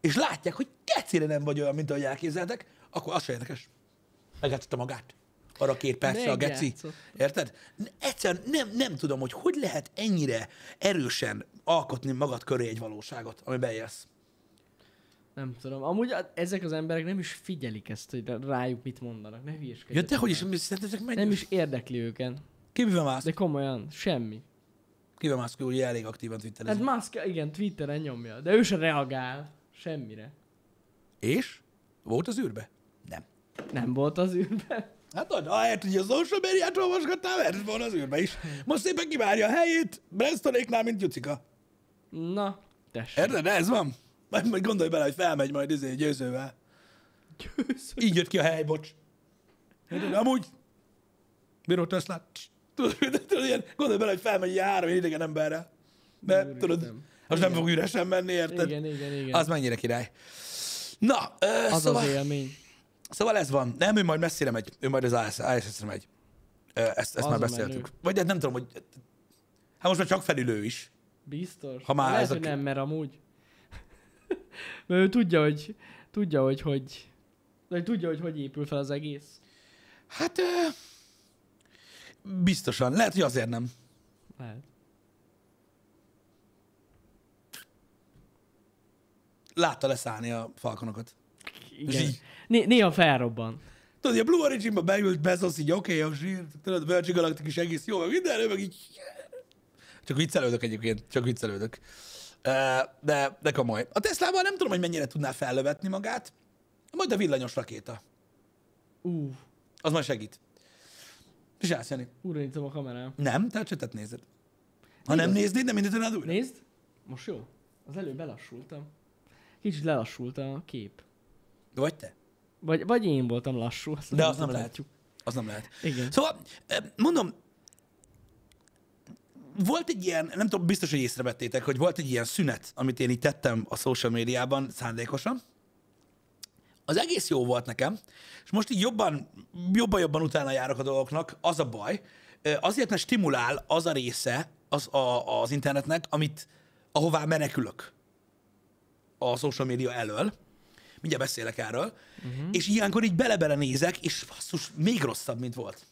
B: és látják, hogy kecére nem vagy olyan, mint ahogy elképzeltek, akkor az se érdekes. Megjátszotta magát. Arra két percre a geci.
A: Megjátszott.
B: Érted? Egyszerűen nem, nem tudom, hogy hogy lehet ennyire erősen alkotni magad köré egy valóságot, amiben élsz.
A: Nem tudom. Amúgy a- ezek az emberek nem is figyelik ezt, hogy rájuk mit mondanak. Ne hülyeskedj.
B: Ja, de hogy is, mi szerintetek megy?
A: Nem is érdekli őket.
B: Kibiben mász?
A: De komolyan, semmi.
B: Hát Kibiben mász, hogy elég aktívan
A: Hát
B: twitterezik.
A: Musk, igen, Twitteren nyomja, de ő se reagál. Semmire.
B: És? Volt az űrbe? Nem.
A: Nem volt az űrben.
B: Hát tudod, ahelyett, hogy a social médiát olvasgattál, mert van az űrbe is. Most szépen kivárja a helyét, Branstonéknál, mint Jucika.
A: Na, tessék.
B: Érted? Ez van. Majd, majd gondolj bele, hogy felmegy majd izé győzővel.
A: Győző.
B: Így jött ki a hely, bocs. Érted? Amúgy. Bíró Tesla. Tudod, tudod, ilyen- Gondolj bele, hogy felmegy ilyen három ilyen idegen emberrel. Mert
A: Úristen.
B: tudod, Most nem fog üresen menni, érted?
A: Igen, igen, igen.
B: Az mennyire király. Na, ö,
A: az,
B: szóval,
A: az élmény.
B: szóval ez van. Nem, ő majd messzire megy. Ő majd az ISS-re megy. Ö, Ezt, ezt
A: Az
B: már
A: a
B: beszéltük.
A: menő.
B: Vagy hát nem tudom, hogy... Hát most már csak felülő is.
A: Biztos.
B: Ha már
A: Lehet,
B: ez a
A: hogy
B: ki-
A: nem, mert amúgy. mert ő tudja, hogy tudja, hogy hogy vagy tudja, hogy hogy épül fel az egész.
B: Hát... Ö, biztosan. Lehet, hogy azért nem.
A: Lehet.
B: Látta leszállni a falkonokat.
A: Igen.
B: így-
A: Né- néha felrobban.
B: Tudod, a Blue Origin-ba beült Bezos, így oké, okay, a zsír, tudod, Virgin Galactic is egész jó, meg minden, ő meg így... Csak viccelődök egyébként, csak viccelődök. Ö, De, de komoly. A Teslával nem tudom, hogy mennyire tudná fellövetni magát, majd a villanyos rakéta.
A: Ú,
B: Az majd segít. És állsz, Jani.
A: uranítom a kamerám.
B: Nem, te a csötet nézed. Ha nem néznéd, nem indítanád újra.
A: Nézd, most jó. Az előbb belassultam. Kicsit lelassult a kép.
B: Vagy te?
A: Vagy, vagy én voltam lassú. Azt
B: De az nem
A: tudhatjuk.
B: lehet. Az nem lehet.
A: Igen.
B: Szóval, eh, mondom, volt egy ilyen, nem tudom, biztos, hogy észrevettétek, hogy volt egy ilyen szünet, amit én így tettem a social médiában szándékosan. Az egész jó volt nekem, és most így jobban, jobban-jobban utána járok a dolgoknak. Az a baj, eh, azért, mert stimulál az a része az, a, az internetnek, amit, ahová menekülök a social média elől. Mindjárt beszélek erről. Uh-huh. És ilyenkor így bele-bele nézek, és basszus, még rosszabb, mint volt.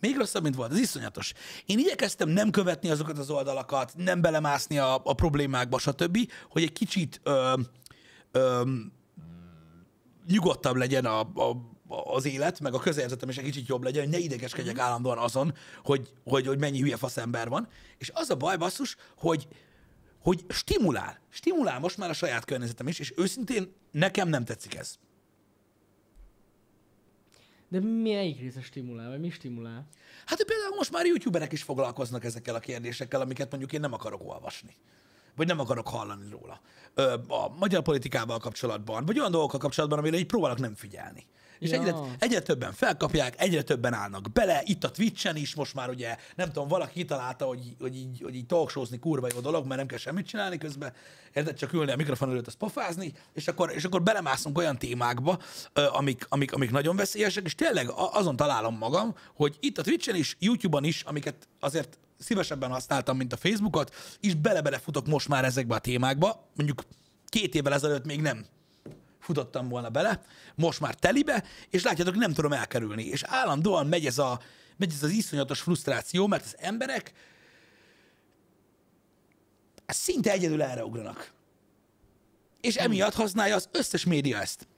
B: Még rosszabb, mint volt. Ez iszonyatos. Én igyekeztem nem követni azokat az oldalakat, nem belemászni a, a problémákba, stb., hogy egy kicsit ö, ö, nyugodtabb legyen a, a, az élet, meg a közérzetem is egy kicsit jobb legyen, hogy ne idegeskedjek állandóan azon, hogy, hogy, hogy mennyi hülye fasz ember van. És az a baj, basszus, hogy, hogy stimulál. Stimulál most már a saját környezetem is, és őszintén nekem nem tetszik ez.
A: De mi melyik része stimulál, vagy mi stimulál?
B: Hát például most már youtuberek is foglalkoznak ezekkel a kérdésekkel, amiket mondjuk én nem akarok olvasni. Vagy nem akarok hallani róla. Ö, a magyar politikával kapcsolatban, vagy olyan dolgokkal kapcsolatban, amire így próbálok nem figyelni. És
A: Ja.
B: egyre, egyre többen felkapják, egyre többen állnak bele, itt a Twitch-en is most már ugye, nem tudom, valaki kitalálta, hogy, hogy így, hogy így talkshozni kurva jó dolog, mert nem kell semmit csinálni közben, érted, csak ülni a mikrofon előtt, azt pofázni, és akkor, és akkor belemászunk olyan témákba, ö, amik, amik, amik nagyon veszélyesek, és tényleg a- azon találom magam, hogy itt a Twitch-en is, YouTube-on is, amiket azért szívesebben használtam, mint a Facebookot, és bele-bele futok most már ezekbe a témákba, mondjuk két évvel ezelőtt még nem futottam volna bele, most már telibe, és látjátok, nem tudom elkerülni. És állandóan megy ez, a, megy ez az iszonyatos frusztráció, mert az emberek hát szinte egyedül erre ugranak. És emiatt használja az összes média ezt.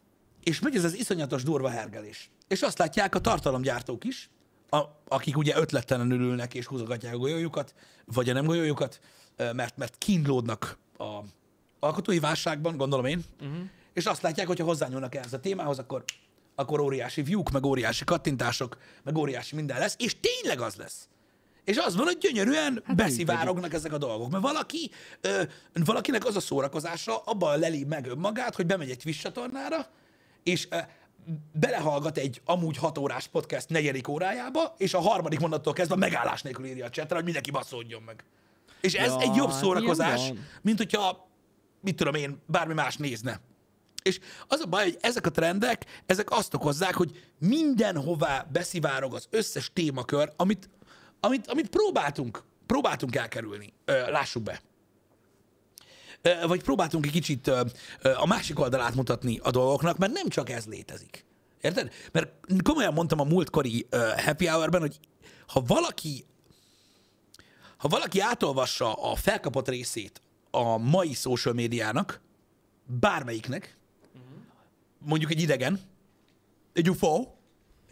B: És megy ez az iszonyatos durva hergelés. És azt látják a tartalomgyártók is, a, akik ugye ötlettelenül ülnek és húzogatják a golyójukat, vagy a nem golyójukat, ö, mert, mert kínlódnak a alkotói válságban, gondolom én, uh-huh. és azt látják, hogyha hozzányúlnak ehhez a témához, akkor, akkor óriási view-k, meg óriási kattintások, meg óriási minden lesz, és tényleg az lesz. És az van, hogy gyönyörűen hát beszivárognak ezek a dolgok. Mert valaki, ö, valakinek az a szórakozása abban leli meg önmagát, hogy bemegy egy Twitch csatornára, és ö, belehallgat egy amúgy hat órás podcast negyedik órájába, és a harmadik mondattól kezdve megállás nélkül írja a csetre, hogy mindenki basszódjon meg. És ez
A: Ja,
B: egy jobb
A: hát
B: szórakozás,
A: ilyen van.
B: mint hogyha, mit tudom én, bármi más nézne. És az a baj, hogy ezek a trendek, ezek azt okozzák, hogy mindenhová beszivárog az összes témakör, amit, amit, amit próbáltunk, próbáltunk elkerülni. Ö, lássuk be. Ö, vagy próbáltunk egy kicsit ö, ö, a másik oldalát mutatni a dolgoknak, mert nem csak ez létezik. Érted? Mert komolyan mondtam a múltkori ö, happy hour-ben, hogy ha valaki ha valaki átolvassa a felkapott részét a mai social médiának, bármelyiknek, mondjuk egy idegen, egy UFO,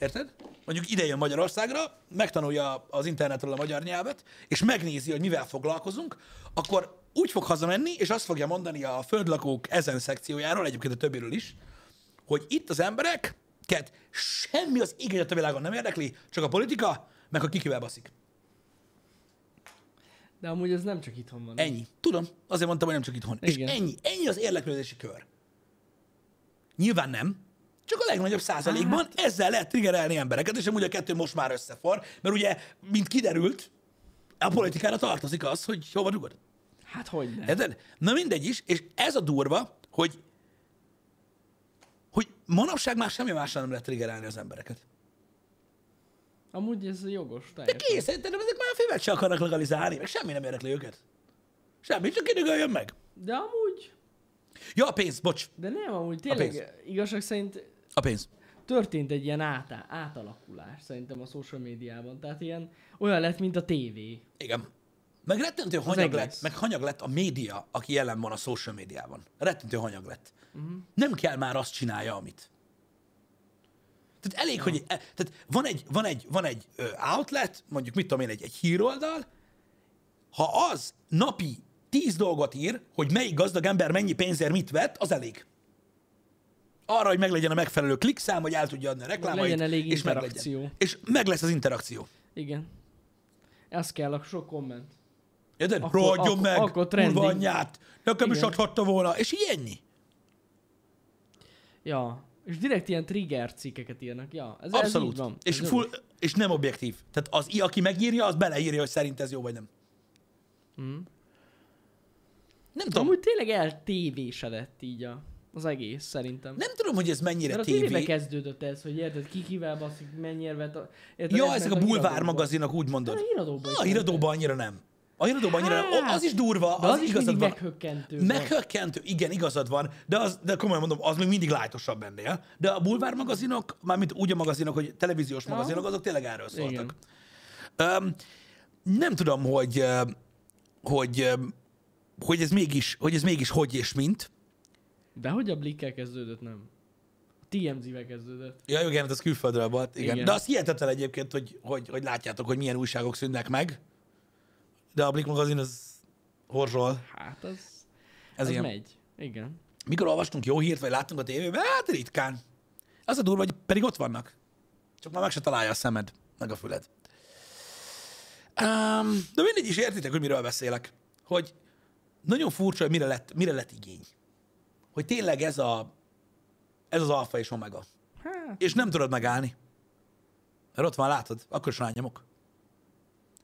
B: érted? Mondjuk ide jön Magyarországra, megtanulja az internetről a magyar nyelvet, és megnézi, hogy mivel foglalkozunk, akkor úgy fog hazamenni, és azt fogja mondani a földlakók ezen szekciójáról, egyébként a többiről is, hogy itt az emberek, semmi az ég a világon nem érdekli, csak a politika, meg a kikivel baszik.
A: De amúgy ez nem csak itthon van.
B: Ennyi. Tudom, azért mondtam, hogy nem csak itthon. Igen.
A: Igen.
B: És ennyi, ennyi az érdeklődési kör. Nyilván nem, csak a legnagyobb százalékban hát. ezzel lehet triggerelni embereket, és amúgy a kettő most már összefor, mert ugye, mint kiderült, a politikára tartozik az, hogy hova dugod.
A: Hát hogy ne.
B: Érted? Na mindegy is, és ez a durva, hogy hogy manapság már semmi mással nem lehet triggerálni az embereket.
A: Amúgy ez jogos,
B: De
A: teljesen.
B: kész, szerintem ezek már a filmet se akarnak legalizálni, meg semmi nem érdekli őket. Semmi, csak kirügöljön meg.
A: De amúgy,
B: Ja, a pénz, bocs,
A: de nem, amúgy
B: pénz.
A: tényleg igazság szerint
B: a pénz.
A: történt egy ilyen átá, átalakulás szerintem a social médiában. Tehát ilyen olyan lett, mint a tévé.
B: Igen. Meg rettentő hanyag
A: egész.
B: lett, meg hanyag lett a média, aki jelen van a social médiában. Rettentő hanyag lett.
A: Mhm.
B: Uh-huh. Nem kell már azt csinálja, amit. Tehát elég, hogy e, tehát van egy, van egy, van egy ö, outlet, mondjuk mit tudom én, egy, egy híroldal, ha az napi tíz dolgot ír, hogy melyik gazdag ember mennyi pénzért mit vett, az elég. Arra, hogy meglegyen a megfelelő klikszám, hogy el tudja adni a reklámait,
A: legyen elég
B: és
A: interakció.
B: meglegyen. És meg lesz az interakció.
A: Igen. Ez kell a sok komment.
B: Érted?
A: Akkor-
B: Rohadjon
A: akkor-
B: meg,
A: akkor trending.
B: kurva anyját, nekem is
A: Igen.
B: adhatta volna, és ilyennyi.
A: Ja. És direkt ilyen trigger cikkeket írnak. Ja, ez, ez így
B: Abszolút.
A: van.
B: és,
A: ez
B: full, és nem objektív. Tehát az, i- aki megírja, az beleírja, hogy szerint ez jó vagy nem. Nem tudom,
A: Hmm. Amúgy tényleg eltévésedett így a, az egész szerintem.
B: nem tudom, hogy ez mennyire
A: Mert a
B: tévé.
A: tévébe kezdődött ez, hogy érted, ki kivel baszik, mennyire vet a... Érted,
B: Ja,
A: ez
B: ezek a
A: ment
B: bulvár
A: híradókba.
B: magazinok, úgy mondod.
A: Hát A híradóban
B: Na, a híradóban annyira nem. A híradóban annyira nem. O- Az is durva,
A: Hát! De az, is
B: igazad
A: mindig
B: van.
A: meghökkentő. volt.
B: Meghökkentő, igen, igazad van, de, az, de komolyan mondom, az még mindig lájtosabb ennél. De a bulvár magazinok, mármint úgy a magazinok, hogy televíziós magazinok, azok tényleg erről szóltak.
A: Igen.
B: Öm, nem tudom, hogy, ö, hogy, ö, hogy, ez mégis, hogy ez mégis hogy és mint.
A: De hogy a blikkel kezdődött, nem? A TMZ-vel kezdődött.
B: Ja, igen, hát az külföldről volt. Igen. igen.
A: Igen.
B: De az hihetetlen egyébként, hogy, hogy, hogy látjátok, hogy milyen újságok szűnnek meg. De a Blik magazin az horzsol.
A: Hát az,
B: Ez
A: az
B: ilyen.
A: megy. Igen.
B: Mikor olvastunk jó hírt, vagy láttunk a tévében? Hát ritkán. Az a durva, hogy pedig ott vannak. Csak már meg se találja a szemed, meg a füled. Um, de mindig is értitek, hogy miről beszélek. Hogy nagyon furcsa, hogy mire lett, mire lett igény. Hogy tényleg ez, a, ez az alfa és omega.
A: Hát,
B: És nem tudod megállni. Mert ott van, látod, akkor is rányomok.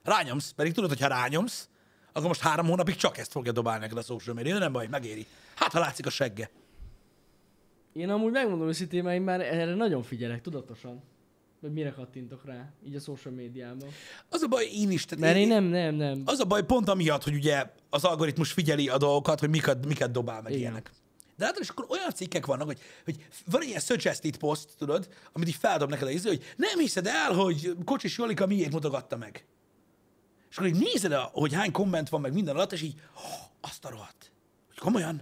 B: Rányomsz, pedig tudod, hogy ha rányomsz, akkor most három hónapig csak ezt fogja dobálni neked a social media, de nem baj, megéri. Hát, ha látszik a segge.
A: én amúgy megmondom őszintén, mert én már erre nagyon figyelek tudatosan. Hogy mire kattintok rá, így a social médiában.
B: Az a baj, én is. Tehát
A: Mert én nem, nem, nem.
B: Az a baj pont amiatt, hogy ugye az algoritmus figyeli a dolgokat, hogy miket, miket dobál meg Igen.
A: Igen.
B: ilyenek. De látod, és akkor olyan cikkek vannak, hogy, hogy van ilyen suggested post, tudod, amit így feldob neked a iző, hogy nem hiszed el, hogy Kocsis Jolika miért mutogatta meg. És akkor így nézed, a- hogy hány komment van meg minden alatt, és így "Hó, azt a rohadt. Hogy komolyan?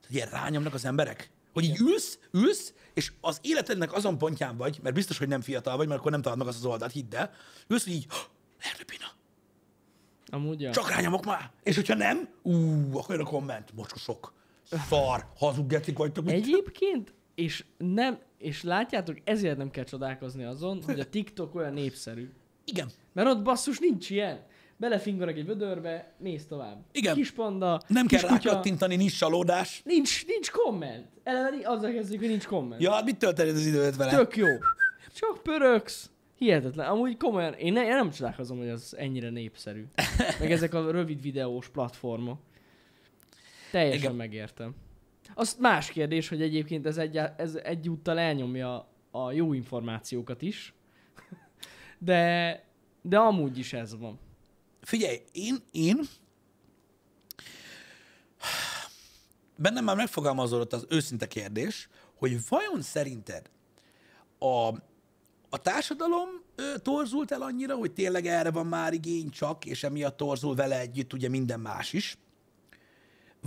B: Tehát ilyen rányomnak az emberek? Hogy így ülsz, ülsz, és az életednek azon pontján vagy, mert biztos, hogy nem fiatal vagy, mert akkor nem találod meg azt az oldalt, hidd el, ülsz, hogy így, "Hó, erre pina.
A: Amúgy ja.
B: Csak rányomok már. És hogyha nem, ú, akkor jön a komment. Mocskosok. Szar. Hazug gecik vagytok. Egy...
A: Egyébként, és nem, és látjátok, ezért nem kell csodálkozni azon, hogy a TikTok olyan népszerű.
B: Igen.
A: Mert ott basszus nincs ilyen. Belefinganak egy vödörbe, néz tovább.
B: Igen.
A: Kis panda,
B: Nem
A: kis
B: kell rákattintani, nincs csalódás.
A: Nincs, nincs komment. Eleve ni- azzal kezdjük, hogy nincs komment. Ja.
B: Ja, hát mit töltened az időt vele?
A: Tök jó. Csak pöröksz. Hihetetlen. Amúgy komolyan, én, ne, én nem csodálkozom, hogy az ennyire népszerű. Meg ezek a rövid videós platformok. Teljesen
B: Igen.
A: Igen. megértem. Az más kérdés, hogy egyébként ez, egy, ez egyúttal elnyomja a jó információkat is. De, de amúgy is ez van.
B: Figyelj, én, én... Bennem már megfogalmazódott az őszinte kérdés, hogy vajon szerinted a, a társadalom ö, torzult el annyira, hogy tényleg erre van már igény csak, és emiatt torzul vele együtt ugye minden más is?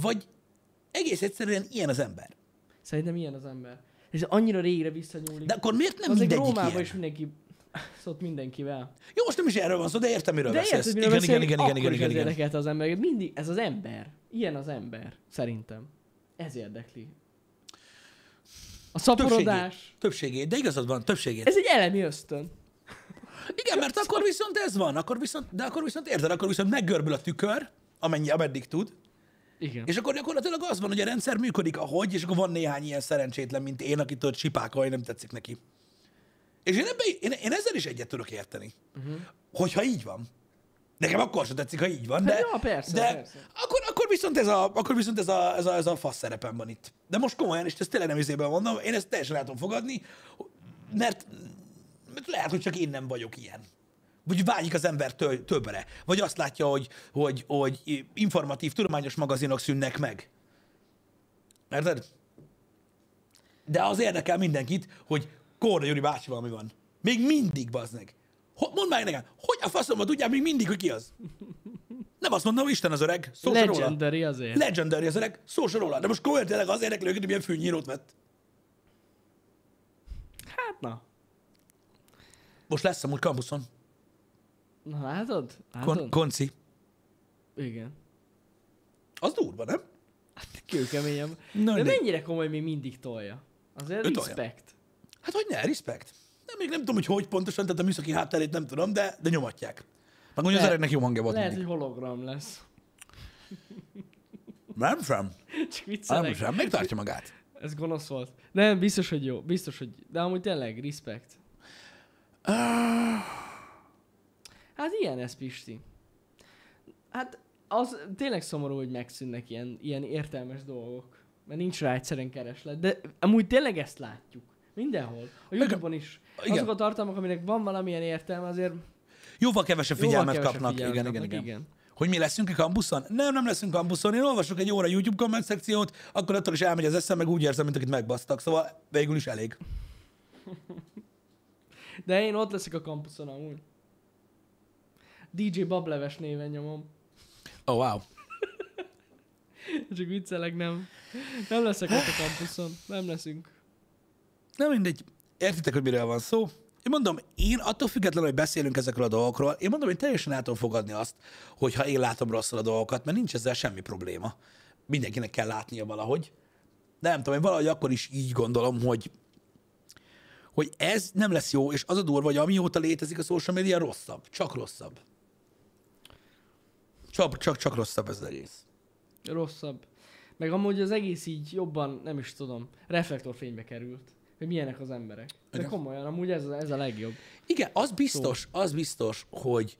B: Vagy egész egyszerűen ilyen az ember?
A: Szerintem ilyen az ember. Ez annyira régre visszanyúlik.
B: De akkor miért nem
A: az egy
B: mindegyik
A: Rómában
B: ilyen?
A: is mindenki szólt mindenkivel.
B: Jó, most nem is erről van szó, de értem, miről
A: De
B: beszélsz.
A: érted, miről
B: igen, igen,
A: beszélünk,
B: igen, igen,
A: akkor
B: igen,
A: is
B: igen,
A: ez
B: igen.
A: érdekelte az ember. Mindig, ez az ember. Ilyen az ember, szerintem. Ez érdekli. A szaporodás.
B: Többségét, többségét, de igazad van, többségét.
A: Ez egy elemi ösztön.
B: Igen, mert akkor viszont ez van, akkor viszont, de akkor viszont érted, akkor viszont meggörbül a tükör, amennyi, ameddig tud,
A: Igen.
B: és akkor gyakorlatilag az van, hogy a rendszer működik ahogy, és akkor van néhány ilyen szerencsétlen, mint én, akit ott sipákolni nem tetszik neki. És én, ebbe, én, én ezzel is egyet tudok érteni. Uh-huh. Hogyha így van. Nekem akkor sem tetszik, ha így van, de,
A: Hát ja, persze,
B: de
A: persze.
B: Akkor, akkor, viszont ez a, akkor viszont ez a, ez a, ez a fasz szerepem van itt. De most komolyan, és ezt tényleg nem izében mondom, én ezt teljesen el tudom fogadni, mert, mert lehet, hogy csak én nem vagyok ilyen. Vagy vágyik az ember tö- többre. Vagy azt látja, hogy, hogy, hogy informatív, tudományos magazinok szűnnek meg. Érted? De az érdekel mindenkit, hogy Korda Gyuri bácsi valami van. Még mindig, bazdnek. Ho- mondd meg nekem, hogy a faszomba tudják még mindig, hogy ki az? Nem azt mondom, Isten az öreg, szó se róla.
A: Legendary azért.
B: Legendary az öreg, szó se róla. De most komolyan tényleg az érdekel őket, hogy milyen fűnyírót vett.
A: Hát na.
B: Most lesz amúgy kampuszon.
A: Na látod? Látod?
B: Kon- konci.
A: Igen.
B: Az durva, nem?
A: Hát kőkeményem.
B: Na,
A: de
B: de-
A: mennyire komoly még mindig tolja? Azért
B: Ő tolja.
A: respect.
B: Hát hogy ne, respect. Nem, még nem tudom, hogy hogy pontosan, tehát a műszaki hátterét nem tudom, de, de nyomatják. Meg ugye az
A: Lehet-
B: öregnek jó hangja volt
A: Lehet,
B: mindig.
A: hogy hologram lesz.
B: Nem sem.
A: Csak
B: Nem
A: viccelek.
B: sem. Még tartja magát.
A: Ez gonosz volt. Nem, biztos, hogy jó. Biztos, hogy... De amúgy tényleg, respect. Hát ilyen ez, Pisti. Hát az tényleg szomorú, hogy megszűnnek ilyen, ilyen értelmes dolgok. Mert nincs rá egyszerűen kereslet. De amúgy tényleg ezt látjuk. Mindenhol. A Youtube-on is.
B: Igen.
A: Azok a tartalmak, aminek van valamilyen értelme, azért
B: Jóval kevesebb
A: jóval
B: figyelmet
A: kevesebb
B: kapnak.
A: figyelmet
B: igen,
A: kapnak,
B: igen, igen, igen. Hogy mi leszünk a kambuszon? Nem, nem leszünk kambuszon. Én olvasok egy óra YouTube komment szekciót, akkor attól is elmegy az eszem, meg úgy érzem, mint akit megbasztak. Szóval végül is elég.
A: De én ott leszek a kampuszon amúgy. DJ Bableves néven nyomom.
B: Oh, wow.
A: Csak viccelek, nem. Nem leszek ott a kampuszon. Nem leszünk.
B: Nem mindegy. Értitek, hogy miről van szó? Én mondom, én attól függetlenül, hogy beszélünk ezekről a dolgokról, én mondom, hogy teljesen el tudom fogadni azt, hogyha én látom rosszul a dolgokat, mert nincs ezzel semmi probléma. Mindenkinek kell látnia valahogy. De nem tudom, én valahogy akkor is így gondolom, hogy hogy ez nem lesz jó, és az a durva, hogy amióta létezik a social media, rosszabb. Csak rosszabb. Csak, csak, csak rosszabb ez az egész.
A: rosszabb. Meg amúgy az egész így jobban, nem is tudom, reflektorfénybe került. Hogy milyenek az emberek. De
B: Igen.
A: komolyan, amúgy ez, a- ez a legjobb.
B: Igen, az biztos, az biztos, hogy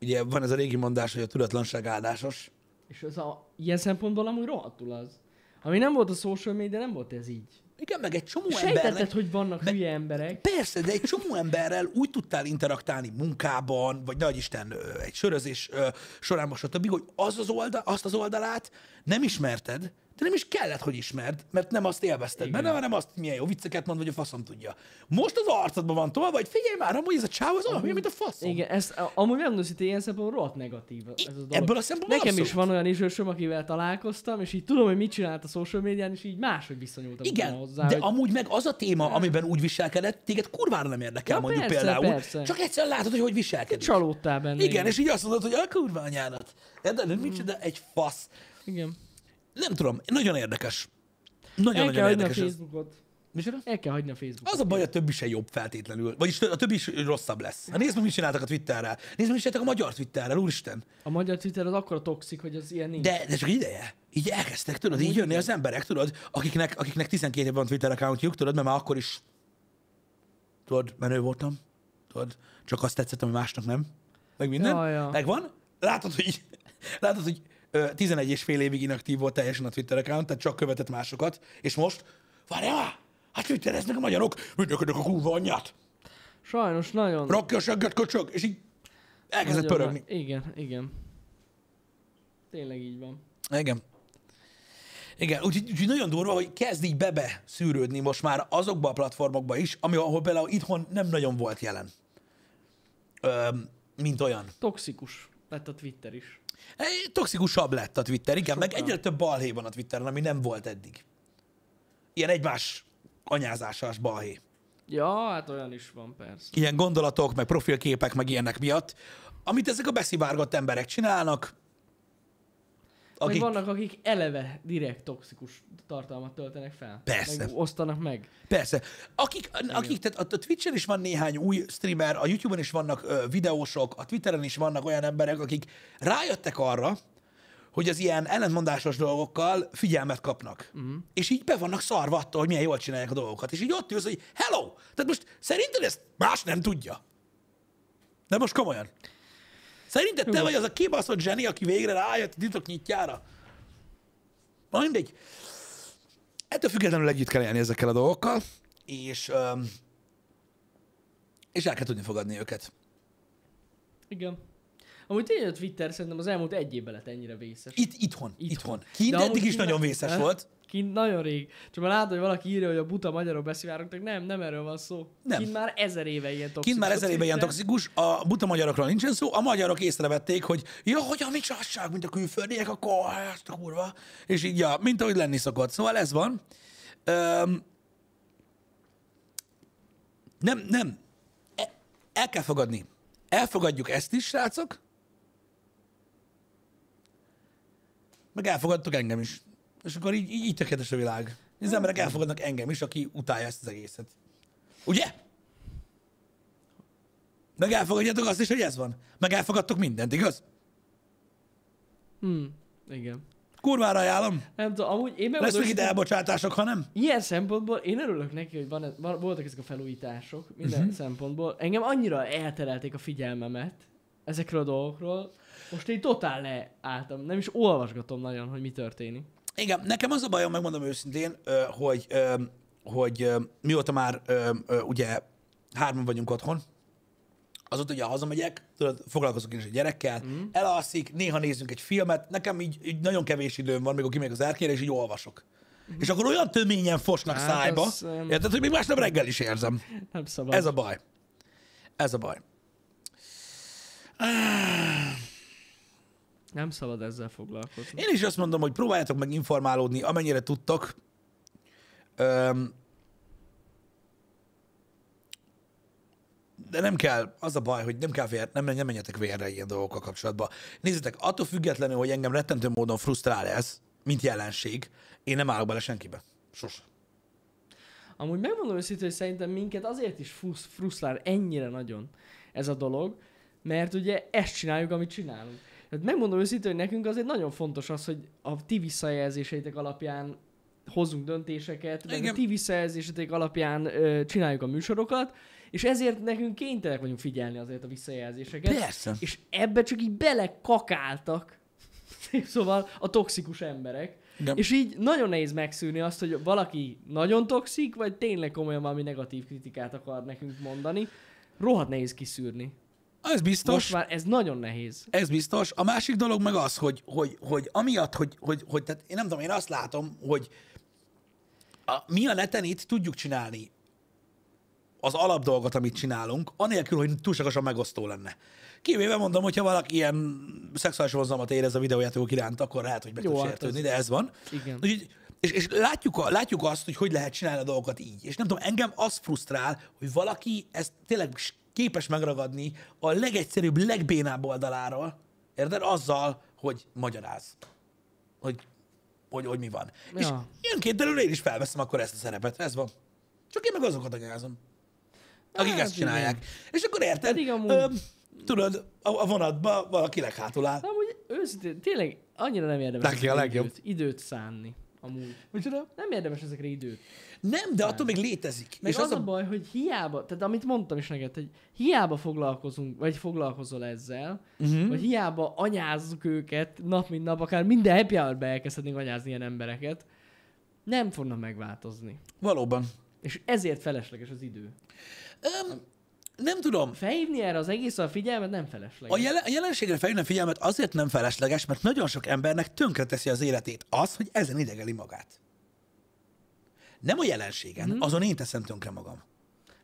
B: ugye van ez a régi mondás, hogy a tudatlanság áldásos.
A: És ez a, ilyen szempontból amúgy rohadtul az. Ami nem volt a social media, nem volt ez így.
B: Igen, meg egy csomó
A: Sejtetted,
B: embernek...
A: hogy vannak
B: Be-
A: hülye emberek.
B: Persze, de egy csomó emberrel úgy tudtál interaktálni munkában, vagy nagy Isten, ö, egy sörözés ö, során, most stb., hogy az az oldal, azt az oldalát nem ismerted, de nem is kellett, hogy ismerd, mert nem azt élvezted benne, hanem azt, hogy milyen jó vicceket mond, vagy a faszom tudja. Most az arcodban van tovább, vagy figyelj már, amúgy ez a csáv az olyan, hülye, mint a faszom.
A: Igen, ez, a- amúgy megmondom, hogy ilyen szempontból rohadt negatív ez a dolog.
B: ebből a szempontból
A: Nekem is
B: abszolút.
A: van olyan ismerősöm, akivel találkoztam, és így tudom, hogy mit csinált a social médián, és így máshogy viszonyultam
B: Igen,
A: utána hozzá.
B: de
A: hogy...
B: amúgy meg az a téma, amiben úgy viselkedett, téged kurvára nem érdekel,
A: Ja,
B: mondjuk
A: persze,
B: például.
A: persze.
B: Csak egyszerűen látod, hogy hogy viselkedik.
A: Csalódtál benne.
B: Igen, és így azt mondod, hogy a kurva anyádat.
A: Mhm.
B: Érted? Micsoda egy fasz.
A: igen.
B: Nem tudom, nagyon érdekes.
A: El kell
B: Nagyon-nagyon
A: hagyni a
B: érdekes. ez.
A: Facebookot.
B: Micsoda?
A: El kell hagyni a Facebookot.
B: Az a baj, a többi se jobb feltétlenül. Vagyis a többi is rosszabb lesz. Hát nézd meg, mit csináltak a Twitterrel. Nézd meg, mit csináltak a magyar Twitterrel, úristen.
A: A magyar Twitter az akkora toxik, hogy az ilyen nincs.
B: De, de csak ideje. Így elkezdtek, tudod, így jönni az emberek, tudod, akiknek, akiknek 12 év van Twitter accountjuk, tudod, mert már akkor is, tudod, menő voltam, tudod, csak azt tetszett, ami másnak nem, meg minden.
A: Ja, ja.
B: Megvan? Látod, hogy, látod, hogy ö, 11 és fél évig inaktív volt teljesen a Twitter account, tehát csak követett másokat, és most, várjál, hát twittereznek a magyarok, mindenkinek a kurva anyját,
A: Sajnos nagyon...
B: rakja a segget, köcsög, és így elkezdett
A: nagyon
B: pörögni.
A: nagy- Igen, igen. Tényleg így van.
B: Igen. Igen, úgyhogy úgyhogy nagyon durva, hogy kezd így bebe szűrődni most már azokba a platformokba is, ami, ahol például itthon nem nagyon volt jelen. Öm, mint olyan.
A: Toxikus lett a Twitter is.
B: E, Toxikusabb lett a Twitter, igen, meg
A: Sokkal.
B: egyre több balhé van a Twitteren, ami nem volt eddig. Ilyen egymás anyázásás balhé.
A: Ja, hát olyan is van persze.
B: Ilyen gondolatok, meg profilképek, meg ilyenek miatt, amit ezek a beszivárgott emberek csinálnak,
A: Akik...
B: akik
A: Meg vannak, akik eleve direkt toxikus tartalmat töltenek fel.
B: Persze.
A: Meg osztanak meg.
B: Persze. Akik, akik tehát a, a Twitch-en is van néhány új streamer, a YouTube-on is vannak ö, videósok, a Twitteren is vannak olyan emberek, akik rájöttek arra, hogy az ilyen ellentmondásos dolgokkal figyelmet kapnak. Uh-huh. És így be vannak szarva attól, hogy milyen jól csinálják a dolgokat. És így ott ülsz, hogy hello! Tehát most szerinted ezt más nem tudja. De most komolyan. Szerinted te
A: Jogos.
B: vagy az a kibaszott zseni, aki végre rájött a titok nyitjára? Na mindegy. Ettől függetlenül együtt kell élni ezekkel a dolgokkal, és, öm, és el kell tudni fogadni őket.
A: Igen. Amúgy tényleg a Twitter szerintem az elmúlt egy évben lett ennyire vészes.
B: Itt, itthon, itthon. itthon. Kint
A: De amúgy
B: eddig is
A: kint-
B: nagyon vészes
A: Eh,
B: volt.
A: Kint nagyon rég. Csak már látod, hogy valaki írja, hogy a buta magyarok beszivárogtak. Nem, nem erről van szó.
B: Nem.
A: Kint már ezer éve ilyen toxikus.
B: Kint már ezer éve ilyen
A: Twitter.
B: toxikus, a buta magyarokról nincsen szó, a magyarok észrevették, hogy ja, hogy a mi csasság, mint a külföldiek, akkor ezt a kurva. És így, ja, mint ahogy lenni szokott. Szóval ez van. Öm, nem, nem. E- El kell fogadni. Elfogadjuk ezt is, srácok. Meg elfogadtok engem is. És akkor így, így, így tökéletes a világ. Az emberek elfogadnak engem is, aki utálja ezt az egészet. Ugye? Meg elfogadjátok azt is, hogy ez van. Meg elfogadtok mindent, igaz?
A: Hmm. Igen.
B: Kurvára ajánlom.
A: Nem tudom, amúgy én megmondom,
B: Lesznek
A: hogy
B: ide elbocsátások, ha nem.
A: Ilyen szempontból én örülök neki, hogy van, van, voltak ezek a felújítások, minden
B: Mhm.
A: uh-huh. szempontból. Engem annyira elterelték a figyelmemet ezekről a dolgokról, most én totál leálltam, nem is olvasgatom nagyon, hogy mi történik.
B: Igen, nekem az a bajom, megmondom őszintén, ö, hogy, ö, hogy ö, mióta már ö, ö, ugye hárman vagyunk otthon, azóta ugye hazamegyek, tudod, foglalkozok én is a gyerekkel, mm. elalszik, néha nézzünk egy filmet, nekem így, így nagyon kevés időm van, még kimegyek az erkére, és így olvasok. Mm. És akkor olyan töményen fosnak hát
A: Hát
B: szájba,
A: az,
B: az,
A: em,
B: érted, hogy még másnap reggel is érzem.
A: Nem szabad.
B: Ez a baj. Ez a baj.
A: Nem szabad ezzel foglalkozni.
B: Én is azt mondom, hogy próbáljátok meg informálódni, amennyire tudtok. Öm, de nem kell, az a baj, hogy nem kell vér, nem, nem menjetek vérre ilyen dolgokkal kapcsolatban. Nézzétek, attól függetlenül, hogy engem rettentő módon frusztrál ez, mint jelenség, én nem állok bele senkibe. Sos.
A: Amúgy megmondom őszintén, hogy szerintem minket azért is fusz- frusztrál ennyire nagyon ez a dolog, mert ugye ezt csináljuk, amit csinálunk. Tehát megmondom őszintén, hogy nekünk azért nagyon fontos az, hogy a ti visszajelzéseitek alapján hozzunk döntéseket, meg a
B: Igen.
A: ti visszajelzésetek alapján ö, csináljuk a műsorokat, és ezért nekünk kénytelenek vagyunk figyelni azért a visszajelzéseket.
B: Persze.
A: És ebbe csak így belekakáltak, szóval a toxikus emberek.
B: Igen.
A: És így nagyon nehéz megszűrni azt, hogy valaki nagyon toxik, vagy tényleg komolyan valami negatív kritikát akar nekünk mondani. Rohadt nehéz kiszűrni.
B: Ez biztos.
A: Most már ez nagyon nehéz.
B: Ez biztos. A másik dolog meg az, hogy, hogy, hogy amiatt, hogy, hogy, hogy tehát én nem tudom, én azt látom, hogy a, mi a neten itt tudjuk csinálni az alapdolgot, amit csinálunk, anélkül, hogy túlságosan megosztó lenne. Kivéve mondom, hogyha valaki ilyen szexuális vonzalmat érez a videójátékok iránt, akkor lehet, hogy meg
A: Jó,
B: tud
A: hát
B: sértődni, de ez van.
A: Igen.
B: Úgyhogy- És, és látjuk, a, látjuk azt, hogy hogy lehet csinálni a dolgokat így. És nem tudom, engem az frusztrál, hogy valaki ezt tényleg s- képes megragadni a legegyszerűbb, legbénább oldaláról, érted? Azzal, hogy magyaráz. Hogy, hogy, hogy mi van. Ja. És
A: Ja.
B: ilyen kételül én is felveszem akkor ezt a szerepet. Ez van. Csak én meg azokat anyázom, akik
A: Hát
B: ezt csinálják. És akkor érted?
A: Pedig amúgy-
B: Öm, tudod, a, a vonatban valaki leghátul áll.
A: De amúgy őszintén, tényleg annyira nem érdemes
B: Neki a
A: ezekre
B: legjobb.
A: Időt, időt szánni. Amúgy.
B: Micsoda?
A: Nem érdemes ezekre időt.
B: Nem, de attól még létezik.
A: Meg és az, az a baj, hogy hiába, tehát amit mondtam is neked, hogy hiába foglalkozunk, vagy foglalkozol ezzel,
B: Mhm.
A: uh-huh. vagy hiába anyázzuk őket nap mint nap, akár minden happy hour-be elkezdhetnénk anyázni ilyen embereket, nem fognak megváltozni.
B: Valóban.
A: És ezért felesleges az idő.
B: Öm, nem tudom.
A: Felhívni erre az egész a figyelmet nem felesleges.
B: A, jelen, a jelenségre felhívni a figyelmet azért nem felesleges, mert nagyon sok embernek tönkreteszi az életét az, hogy ezen idegeli magát. Nem a jelenségen, mm. azon én teszem tönkre magam.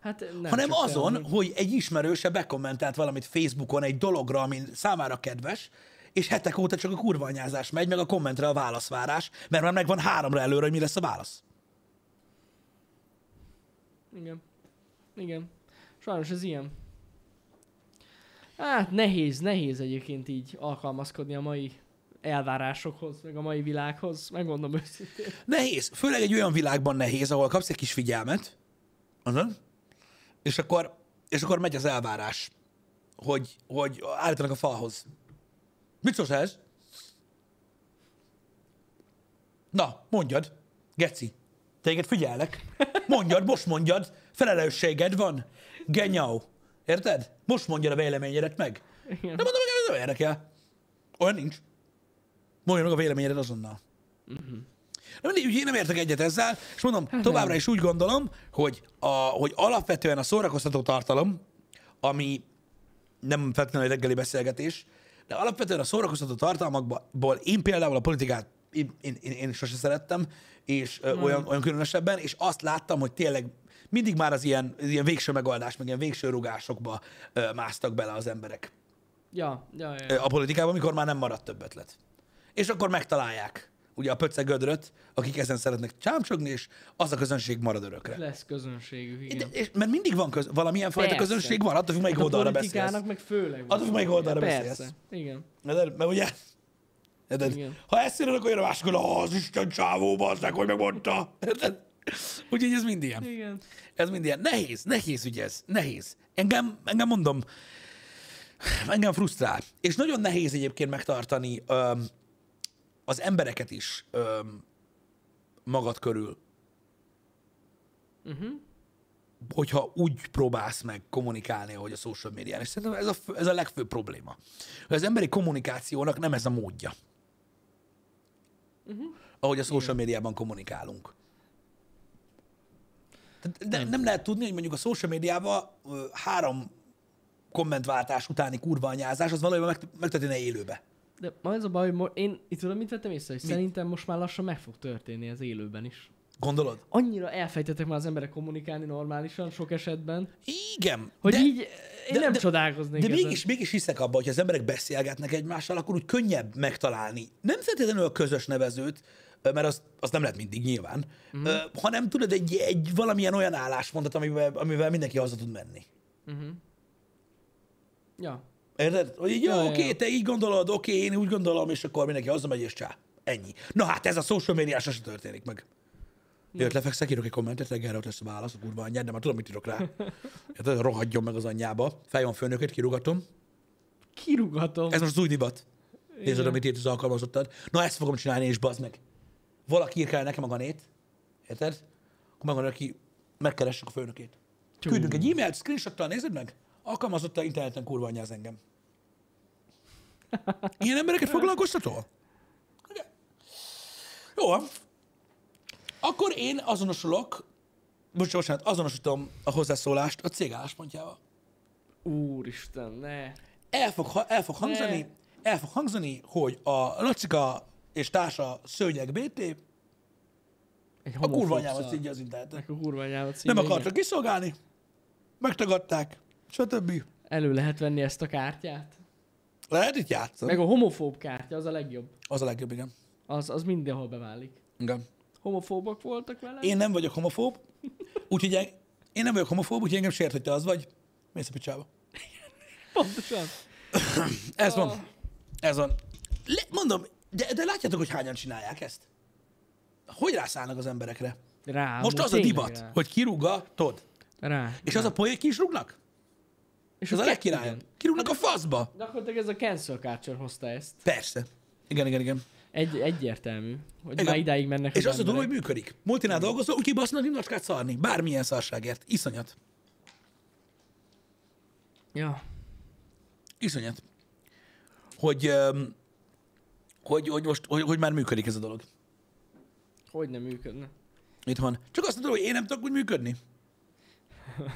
A: hát Mhm. nem
B: hanem
A: csak te,
B: azon,
A: amúgy.
B: hogy egy ismerőse bekommentált valamit Facebookon egy dologra, ami számára kedves, és hetek óta csak a kurva anyázás megy, meg a kommentre a válaszvárás, mert már megvan háromra előre, hogy mi lesz a válasz.
A: Igen. Igen. Sajnos ez ilyen. Hát nehéz, nehéz egyébként így alkalmazkodni a mai elvárásokhoz, meg a mai világhoz, megmondom őszintén.
B: Nehéz. Főleg egy olyan világban nehéz, ahol kapsz egy kis figyelmet, uh-huh. és, akkor, és akkor megy az elvárás, hogy, hogy állítanak a falhoz. Mit szólsz ez? Na, mondjad. Geci. Téged figyellek. Mondjad, most mondjad. Felelősséged van. Genyau. Érted? Most mondjad a véleményedet meg.
A: Igen.
B: Nem mondom, hogy nagyon érdekel. Olyan nincs. Mondja meg a véleményed azonnal. Uh-huh. Nem, én nem értek egyet ezzel, és mondom, továbbra is úgy gondolom, hogy, a, hogy alapvetően a szórakoztató tartalom, ami nem feltétlenül egy reggeli beszélgetés, de alapvetően a szórakoztató tartalmakból én például a politikát én, én, én, én sose szerettem, és mm. olyan, olyan különösebben, és azt láttam, hogy tényleg mindig már az ilyen, ilyen végső megoldás, meg ilyen végső rugásokba ö, másztak bele az emberek
A: Ja, ja, ja.
B: ö, a politikában, amikor már nem maradt több ötlet. És akkor megtalálják ugye a pöcce gödröt, akik ezen szeretnek csámcsogni, és az a közönség marad örökre.
A: Lesz közönségük, igen.
B: De, és, mert mindig van köz, valamilyen fajta
A: Persze.
B: közönség van, attól függ, melyik
A: Hát
B: oldalra
A: a politikának
B: beszélsz.
A: meg főleg.
B: Attól függ, melyik oldalra beszélsz.
A: Persze, igen.
B: Na, de, mert ugye, érted?
A: Igen.
B: ha ezt szíred, akkor jön a másik, hogy az Isten csávó, bazdnek, hogy megmondta. Érted? Úgyhogy ez mind ilyen.
A: Igen.
B: Ez mind ilyen. Nehéz, nehéz ügy ez. Nehéz. Engem, engem mondom, engem frusztrál. És nagyon nehéz egyébként megtartani öm, az embereket is öm, magad körül. Uh-huh. Hogyha úgy próbálsz meg kommunikálni, ahogy a social médián. És szerintem ez a, fő- ez a legfőbb probléma. Hogy az emberi kommunikációnak nem ez a módja. Uh-huh. Ahogy a social médiában kommunikálunk. Tehát de nem lehet tudni, hogy mondjuk a social médiában ö, három kommentváltás utáni kurva anyázás, az valójában meg, megtörténne élőbe.
A: De ma ez a baj, hogy mo- én itt tudom, mit vettem észre, hogy szerintem most már lassan meg fog történni ez élőben is.
B: Gondolod?
A: Annyira elfejtettek már az emberek kommunikálni normálisan sok esetben,
B: Igen.
A: hogy
B: de,
A: így eh, én
B: de-
A: nem
B: de-
A: csodálkoznék
B: de
A: ezen.
B: mégis, mégis hiszek abba, hogy az emberek beszélgetnek egymással, akkor úgy könnyebb megtalálni. Nem feltétlenül a közös nevezőt, ö, mert az, az nem lehet mindig nyilván, mm. hanem tudod, egy, egy valamilyen olyan álláspontot, amivel, amivel mindenki haza tud menni.
A: Ja.
B: Érted? Hogy így, jó,
A: Ja, ja,
B: oké,
A: ja.
B: te így gondolod, oké, én úgy gondolom, és akkor mindenki hazamegy, és csá. Ennyi. Na hát ez a social média se történik meg. Jött lefekszek, írok egy kommentet, reggelre ott lesz a válasz, a kurva anyád, de már tudom, mit írok rá. Érted? Rohadjon meg az anyjába. Feljön főnököt, kirugatom.
A: Kirúgatom.
B: Ez most az új divat. Nézd,
A: Igen.
B: amit írt az alkalmazottad. Na ezt fogom csinálni, és bazd meg. Valaki írkál nekem a ganét, érted? Akkor megvan, aki megkeressük a főnökét.
A: Csú.
B: Küldünk egy e-mailt, screenshottal, nézed meg? Alkalmazottal interneten kurva anyáz engem. Ilyen embereket foglalkoztatol? Ugye? Jó van. Akkor én azonosulok, bocsánat, bocsánat, azonosítom a hozzászólást a cég álláspontjával
A: Úristen, ne.
B: el fog, ha- el fog hangzani, el fog hangzani, hogy a Lacika és társa szőnyeg BT,
A: Egy
B: a kurva
A: homofób
B: anyámat
A: szar.
B: szidja az internetet.
A: A kurva anyámat szidja,
B: Nem
A: igen.
B: akartak kiszolgálni, megtagadták, stb.
A: Elő lehet venni ezt a kártyát.
B: Lehet itt játszani?
A: Meg a homofób kártya, az a legjobb.
B: Az a legjobb, igen.
A: Az, az mindenhol beválik.
B: igen.
A: Homofóbok voltak vele?
B: Én nem vagyok homofób, úgyhogy en- én nem vagyok homofób, úgyhogy engem sért, hogy te az vagy. Mész a picsába.
A: Pontosan.
B: Ez
A: Oh.
B: van. Ez van. Le, mondom, de, de látjátok, hogy hányan csinálják ezt? Hogy rászállnak az emberekre?
A: Rá.
B: Most
A: amúgy
B: az a
A: tényleg
B: divat,
A: Rá.
B: hogy kirúgatod.
A: rá.
B: És az a poén ki is rúgnak? És az a
A: ke-
B: legkirályabb.
A: igen.
B: Kirúgnak a faszba?
A: Gyakorlatilag ez a cancel culture hozta ezt.
B: Persze. Igen, igen, igen.
A: Egy, egyértelmű, hogy
B: Igen.
A: már idáig mennek
B: És az a
A: emberek.
B: dolog, hogy működik. Multinál dolgozol, úgy kibasznak nimnacskát szarni. Bármilyen szarságért. Iszonyat.
A: Ja.
B: Iszonyat. Hogy, öm, hogy, hogy most, hogy, hogy már működik ez a dolog.
A: Hogy nem működne.
B: Itt van. Csak azt mondod, hogy én nem tudok úgy működni.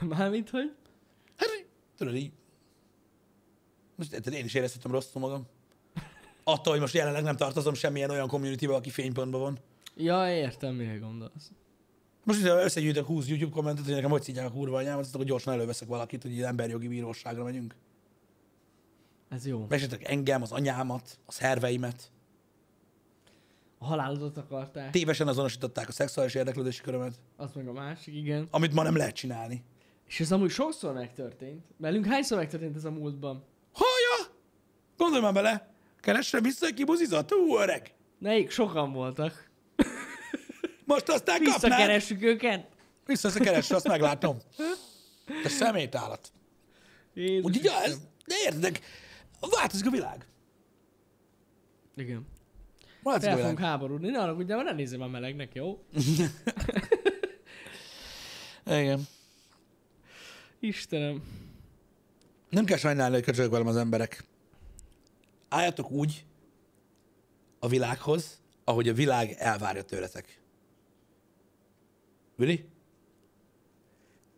A: Mármint, hogy?
B: Hát, így, tudod így. Most érted, én is éreztem rosszul magam. Attól, hogy most jelenleg nem tartozom semmilyen olyan community aki fénypontban van.
A: Ja, értem, mire gondolsz.
B: Most ide összegyűjtök 20 YouTube kommentet, hogy nekem hogy szidják a kurva anyámat, azt akkor gyorsan előveszek valakit, hogy így emberjogi bíróságra megyünk.
A: Ez jó.
B: Mesetek engem, az anyámat, a szerveimet.
A: A halálodat akarták,
B: Tévesen azonosították a szexuális érdeklődési körömet,
A: az meg a másik, igen.
B: amit ma nem lehet csinálni.
A: És ez amúgy sokszor megtörtént. Velünk hányszor megtörtént ez a múltban?
B: Haja! Gondolj már bele! Keresse vissza, hogy kibuzizott, ú, öreg!
A: Nekik sokan voltak.
B: Most aztán kapnál!
A: Visszakeressük őket?
B: Vissza se keresse, azt meglátom. Te szemétállat.
A: Jézus
B: Úgyhogy ja,
A: Isten.
B: ez, de értedek, változik a világ.
A: Igen.
B: Változik a
A: Fel
B: világ.
A: fogunk háborúdni. Ne arra, ugye, ne nézzél már melegnek, jó?
B: Igen.
A: Istenem.
B: Nem kell sajnálni, hogy köcsögök velem az emberek. álljatok úgy a világhoz, ahogy a világ elvárja tőletek. Vili?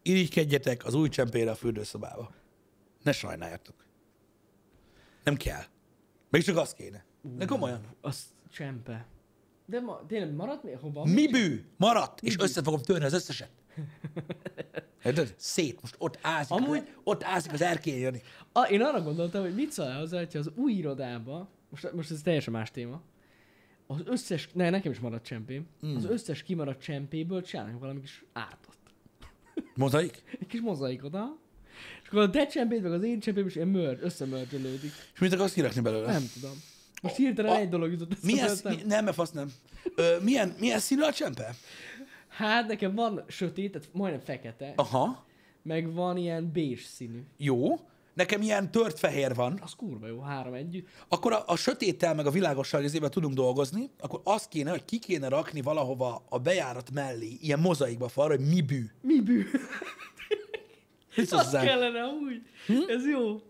B: Irigykedjetek az új csempére a fürdőszobába. Ne sajnáljatok. Nem kell. Még csak az kéne. De komolyan.
A: Az csempe. De ma, tényleg maradt még hova?
B: Mi bű? Maradt, és össze fogom törni az összeset. Érted? Szét. Most ott állsz, Amúgy...
A: Amúgy-
B: ott állsz az erkélyen, Jani.
A: A, én arra gondoltam, hogy mit szól hozzá, hogyha az új irodába, most, most ez teljesen más téma, az összes, ne, nekem is maradt csempém,
B: Hmm.
A: mm. az összes kimaradt csempéből csinálnak valami kis ártot.
B: Mozaik?
A: Egy kis mozaikot, ha? És akkor a te csempéd, meg az én csempém is ilyen mör, összemörzsölődik.
B: És mit akarsz kirakni belőle?
A: Nem tudom. Most hirtelen
B: a-
A: egy dolog jutott
B: Milyen,
A: eszembe.
B: mi, nem, mert fasz nem. Ö, milyen, milyen színű a csempe?
A: Hát nekem van sötét, tehát majdnem fekete, oh.
B: Aha,
A: meg van ilyen bézs színű.
B: jó. Nekem ilyen tört fehér van.
A: Az kurva jó, három együtt.
B: Akkor a, a sötéttel meg a világossal részében tudunk dolgozni, akkor azt kéne, hogy ki kéne rakni valahova a bejárat mellé, ilyen mozaikba falra, hogy mi bű.
A: Mi bű?
B: Mit szólsz
A: Az
B: hozzá?
A: kellene amúgy. Hm? Ez jó.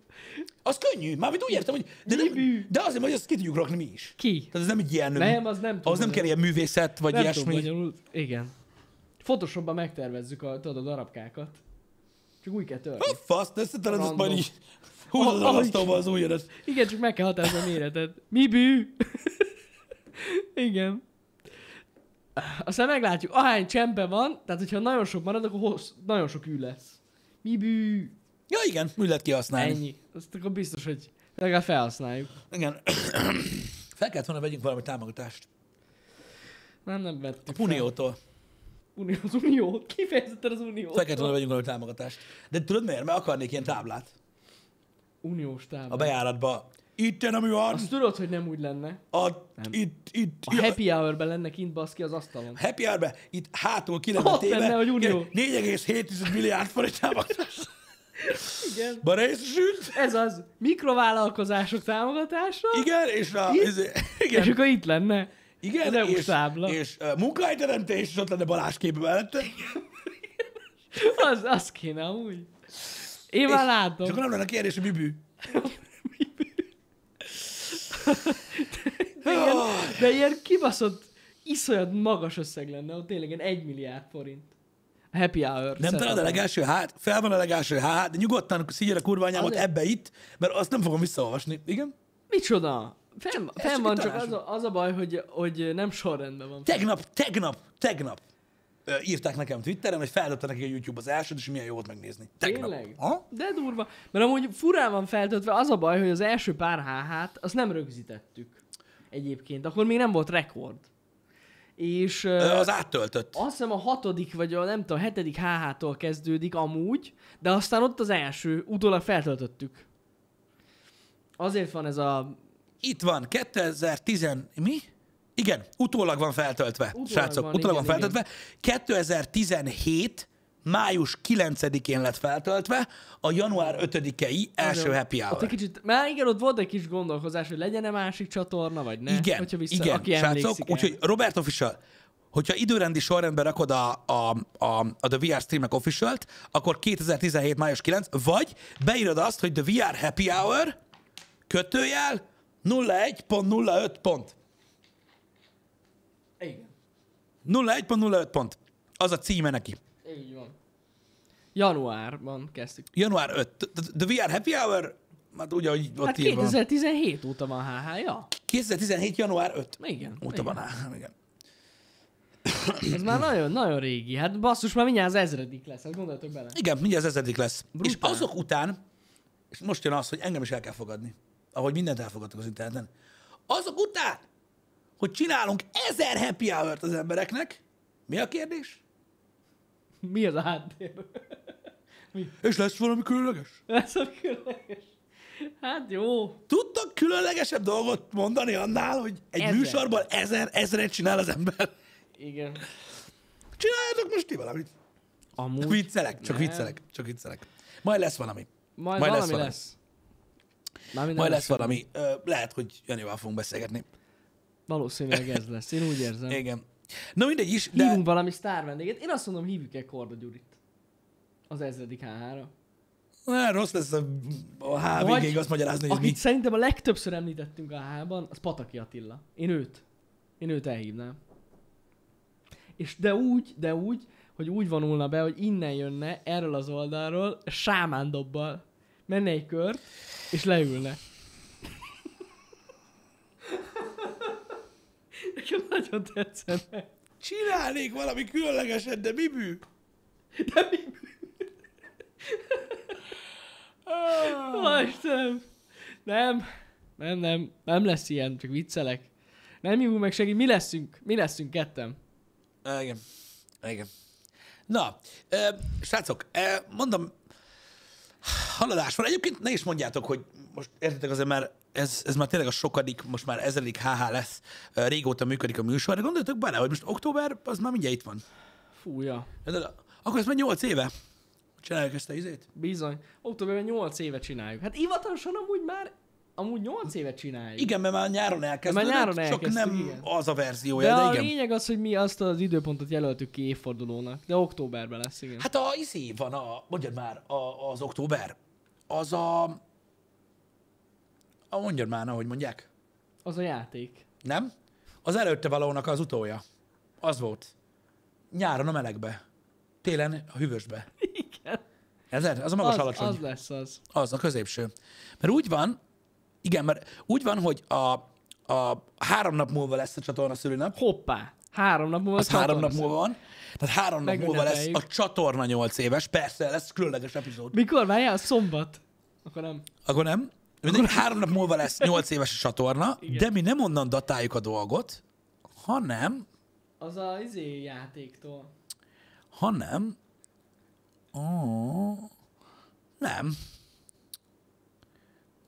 B: Az könnyű, mármint úgy értem, hogy de,
A: Mi
B: nem,
A: bű?
B: de azért, hogy azt ki tudjuk rakni mi is.
A: Ki?
B: Tehát ez nem egy ilyen...
A: Nem, az nem
B: az nem
A: tudom.
B: kell ilyen művészet, vagy
A: Nem
B: ilyesmi.
A: tudom, bonyolult. Igen. Photoshopban megtervezzük a, tudod, a darabkákat. Csak úgy kell törni.
B: A fasz, de összetalálod, azt majd
A: Random.
B: így húzod
A: Ah,
B: az asztalba az újjat.
A: Igen, csak meg kell határozni a méretet. Mi bű? Igen. Aztán meglátjuk, ahány csempe van, tehát hogyha nagyon sok marad, akkor hossz, nagyon sok ül lesz. Mi bű?
B: Ja igen, úgy lehet kihasználni.
A: Ennyi. Azt akkor biztos, hogy legalább felhasználjuk.
B: Igen. Fel kellett volna vegyünk valami támogatást.
A: Nem, nem vettük
B: A Puniótól.
A: Fel. Unió, az Unió. Kifejezetten az Unió.
B: Fel kellett volna vegyünk valami támogatást. De tudod miért? Mert akarnék ilyen táblát.
A: Uniós tábla.
B: A bejáratba. Itten, ami van,
A: Azt tudod, hogy nem úgy lenne.
B: a, itt, itt,
A: A happy hour-ben lenne kint baszki az asztalon.
B: happy hour itt hátul ki lenne
A: Ott
B: téve,
A: lenne, hogy unió.
B: 4,7 milliárd forint támogatás.
A: Igen.
B: Ma részesült.
A: Ez az. Mikrovállalkozások támogatása.
B: Igen, és a...
A: Itt?
B: izé- Igen,
A: És akkor itt lenne.
B: Igen,
A: Az EU
B: és,
A: tábla.
B: és uh, munkahelyteremtés, és ott lenne Balázs képe mellette.
A: Az, az kéne amúgy. Én már
B: És
A: látom.
B: akkor nem lenne kérdés, hogy mi bű.
A: De ilyen, de ilyen kibaszott, iszonyat magas összeg lenne, ott tényleg ilyen egy milliárd forint. A happy hour.
B: Nem találod a legelső hát, fel van a legelső hát, de nyugodtan szígyed a kurva anyámat
A: Azért-
B: ebbe itt, mert azt nem fogom visszaolvasni. Igen?
A: Micsoda? Fenn,
B: ez
A: fenn
B: csak
A: van,
B: egy
A: csak az
B: tanácsom.
A: a, az a baj, hogy, hogy nem sorrendben van.
B: Tegnap, tegnap, tegnap ö, írták nekem Twitteren, hogy feldobta nekik a YouTube az elsőt, és milyen jó volt megnézni. Tegnap.
A: Tényleg?
B: Ha?
A: De durva. Mert amúgy furán van feltöltve az a baj, hogy az első pár háhát, azt nem rögzítettük egyébként. Akkor még nem volt rekord. És ö,
B: Ö, Az áttöltött.
A: azt hiszem a hatodik, vagy a nem tudom, hetedik HH-tól kezdődik amúgy, de aztán ott az első, utólag feltöltöttük. Azért van ez a...
B: Itt van, 2010, mi? Igen, utólag van feltöltve, utólag srácok, van, utólag igen, van
A: igen.
B: feltöltve. 2017 május 9-én lett feltöltve a január 5-i első happy
A: Ott egy
B: hour.
A: kicsit, már igen, ott volt egy kis gondolkozás, hogy legyen-e másik csatorna, vagy ne.
B: igen,
A: hogyha vissza,
B: igen,
A: aki
B: srácok.
A: emlékszik
B: Úgyhogy Robert Official, hogyha időrendi sorrendben rakod a, a, a, a The VR Streamek official akkor 2017. május 9, vagy beírod azt, hogy The VR Happy Hour, kötőjel, 01.05 pont.
A: el. Igen.
B: 01.05 pont. Az a címe neki.
A: Így van. Januárban kezdtük.
B: Január 5. The VR Happy Hour, hát ugye, hogy ott
A: Hát
B: hát írva.
A: 2017 óta van HH-ja.
B: 2017. január 5.
A: Igen.
B: Óta
A: igen.
B: van áll, igen.
A: Ez már nagyon, nagyon régi. Hát basszus, már mindjárt az ezredik lesz. Hát gondoltok bele.
B: Igen, mindjárt az ezredik lesz.
A: Brutál.
B: És azok után, és most jön az, hogy engem is el kell fogadni, ahogy mindent elfogadtak az interneten, azok után, hogy csinálunk ezer happy hour az embereknek, mi a kérdés?
A: Mi az a háttér?
B: És lesz valami különleges?
A: Ez a különleges. Hát jó.
B: Tudtak különlegesebb dolgot mondani annál, hogy egy ezer.
A: Ezer.
B: műsorban ezer, ezeret csinál az ember?
A: Igen.
B: Csináljátok most ti valamit.
A: Amúgy.
B: Viccelek, csak
A: nem.
B: viccelek, csak viccelek. Majd lesz valami.
A: Majd,
B: Majd
A: Majd
B: lesz
A: valami
B: valami.
A: lesz. Mármint
B: Majd
A: nem
B: lesz valami. Ö, Lehet, hogy Janival fogunk beszélgetni.
A: Valószínűleg ez lesz. Én úgy érzem.
B: Igen. Na mindegy is,
A: De...
B: de
A: Hívunk valami sztár vendéget. Én azt mondom, hívjuk-e Korda Gyurit? Az ezredik hh -ra.
B: Na, rossz lesz a, a H
A: Vagy-
B: végéig azt magyarázni, hogy
A: Akit
B: mi.
A: szerintem a legtöbbször említettünk a H-ban, az Pataki Attila. Én őt. Én őt elhívnám. És de úgy, de úgy, hogy úgy vonulna be, hogy innen jönne, erről az oldalról, sámán dobbal. Menne egy kört, és leülne. Nekem nagyon tetszene.
B: Csinálnék valami különlegeset, de mi bű?
A: De mi? Ah. Istenem. Nem, nem, nem, nem lesz ilyen, csak viccelek. Nem hívunk meg segít, mi leszünk, mi leszünk ketten.
B: Á, Igen. Á, Igen. Na, ö, srácok, ö, mondom, haladás van. Egyébként ne is mondjátok, hogy most értitek azért, mert ez, ez már tényleg a sokadik, most már ezredik HH lesz. Ö, Régóta működik a műsor. De Gondoljatok bele, hogy most október, az már mindjárt itt van.
A: Fúja,
B: Érted? Akkor ez már 8 éve. Csinálják ezt a izét?
A: bizony. Októberben 8 éve csináljuk. Hát hivatalosan amúgy már, amúgy 8 éve csináljuk.
B: Igen, mert már nyáron elkezdődött.
A: nyáron
B: csak
A: elkezdtük,
B: nem
A: igen.
B: az a verziója,
A: de,
B: de,
A: a
B: igen.
A: lényeg az, hogy mi azt az időpontot jelöltük ki évfordulónak. De októberben lesz, igen.
B: Hát a izé van a, mondjad már, a, az október. Az a... a mondjad már, ahogy mondják.
A: Az a játék.
B: Nem? Az előtte valónak az utója. Az volt. Nyáron a melegbe. Télen a hűvösbe.
A: Igen.
B: Ez az a magas
A: Az,
B: alacsony.
A: az lesz az.
B: Az, a középső. Mert úgy van, igen, mert úgy van, hogy a, a három nap múlva lesz a csatorna szülőnap.
A: Hoppá. Három nap múlva.
B: Az három nap múlva van. Tehát három nap múlva lesz
A: Megünnepeljük.
B: a csatorna nyolc éves. Persze, lesz különleges epizód.
A: Mikor? Várjál, szombat. Akkor nem.
B: Akkor nem. Mindig három nap múlva lesz nyolc éves a csatorna, Igen. de mi nem onnan datáljuk a dolgot, hanem,
A: Az a izé játéktól.
B: hanem, ó, nem.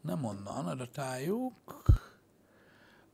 B: Nem onnan datáljuk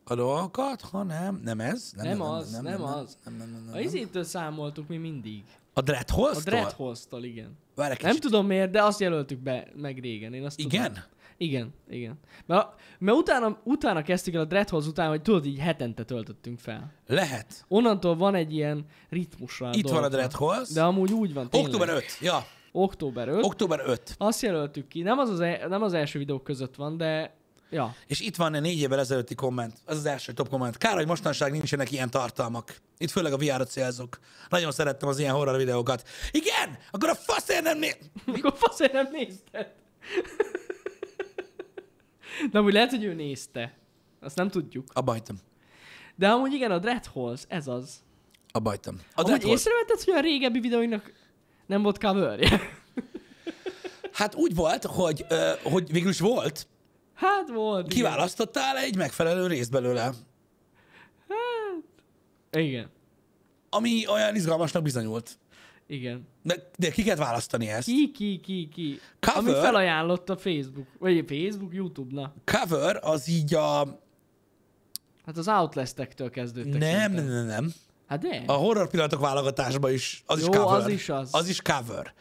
B: a dolgokat, hanem, nem ez.
A: Nem az, nem az.
B: Nem, nem, nem, nem,
A: A
B: nem.
A: izétől számoltuk mi mindig.
B: A Dread
A: A Dreadhoztal, igen.
B: Várj egy
A: Nem
B: kicsit.
A: tudom miért, de azt jelöltük be meg régen. Én azt Tudom.
B: Igen?
A: Igen, igen. Mert, mert utána, utána kezdtük el a Dreadhoz után, hogy tudod, így hetente töltöttünk fel.
B: Lehet.
A: Onnantól van egy ilyen ritmusra.
B: Itt van a
A: dolgoknak.
B: Dreadhoz.
A: De amúgy úgy van, tényleg.
B: Október 5. Ja,
A: Október 5.
B: október 5.
A: Azt jelöltük ki. Nem az, az, e- nem az első videók között van, de... Ja.
B: És itt van a négy évvel ezelőtti komment, ez az első top komment. Kár, hogy mostanság nincsenek ilyen tartalmak. Itt főleg a VR-ra célzok. Nagyon szerettem az ilyen horror videókat. Igen! Akkor a faszért nem né...
A: Akkor faszért nem nézted. De amúgy lehet, hogy ő nézte. Azt nem tudjuk.
B: Abba hagytam.
A: De amúgy igen, a Dread Halls, ez az.
B: Abba hagytam. A
A: A
B: Dread
A: amúgy
B: volt.
A: észrevetted, hogy a régebbi videóinak nem volt cover
B: Hát úgy volt, hogy, ö, hogy végül is volt.
A: Hát volt. igen.
B: Kiválasztottál egy megfelelő részt belőle.
A: Hát, Igen.
B: Ami olyan izgalmasnak bizonyult.
A: Igen.
B: De, de ki kellett választani ezt?
A: Ki, ki, ki, ki.
B: Cover?
A: Ami felajánlott a Facebook. Vagy Facebook, YouTube, na.
B: Cover az így a...
A: Hát az Outlast-ektől kezdődtek.
B: Nem,
A: szerintem.
B: nem, nem, nem.
A: Hát de.
B: A horror pillanatok válogatásban is. Az
A: Jó,
B: is cover.
A: az is az.
B: Az is cover.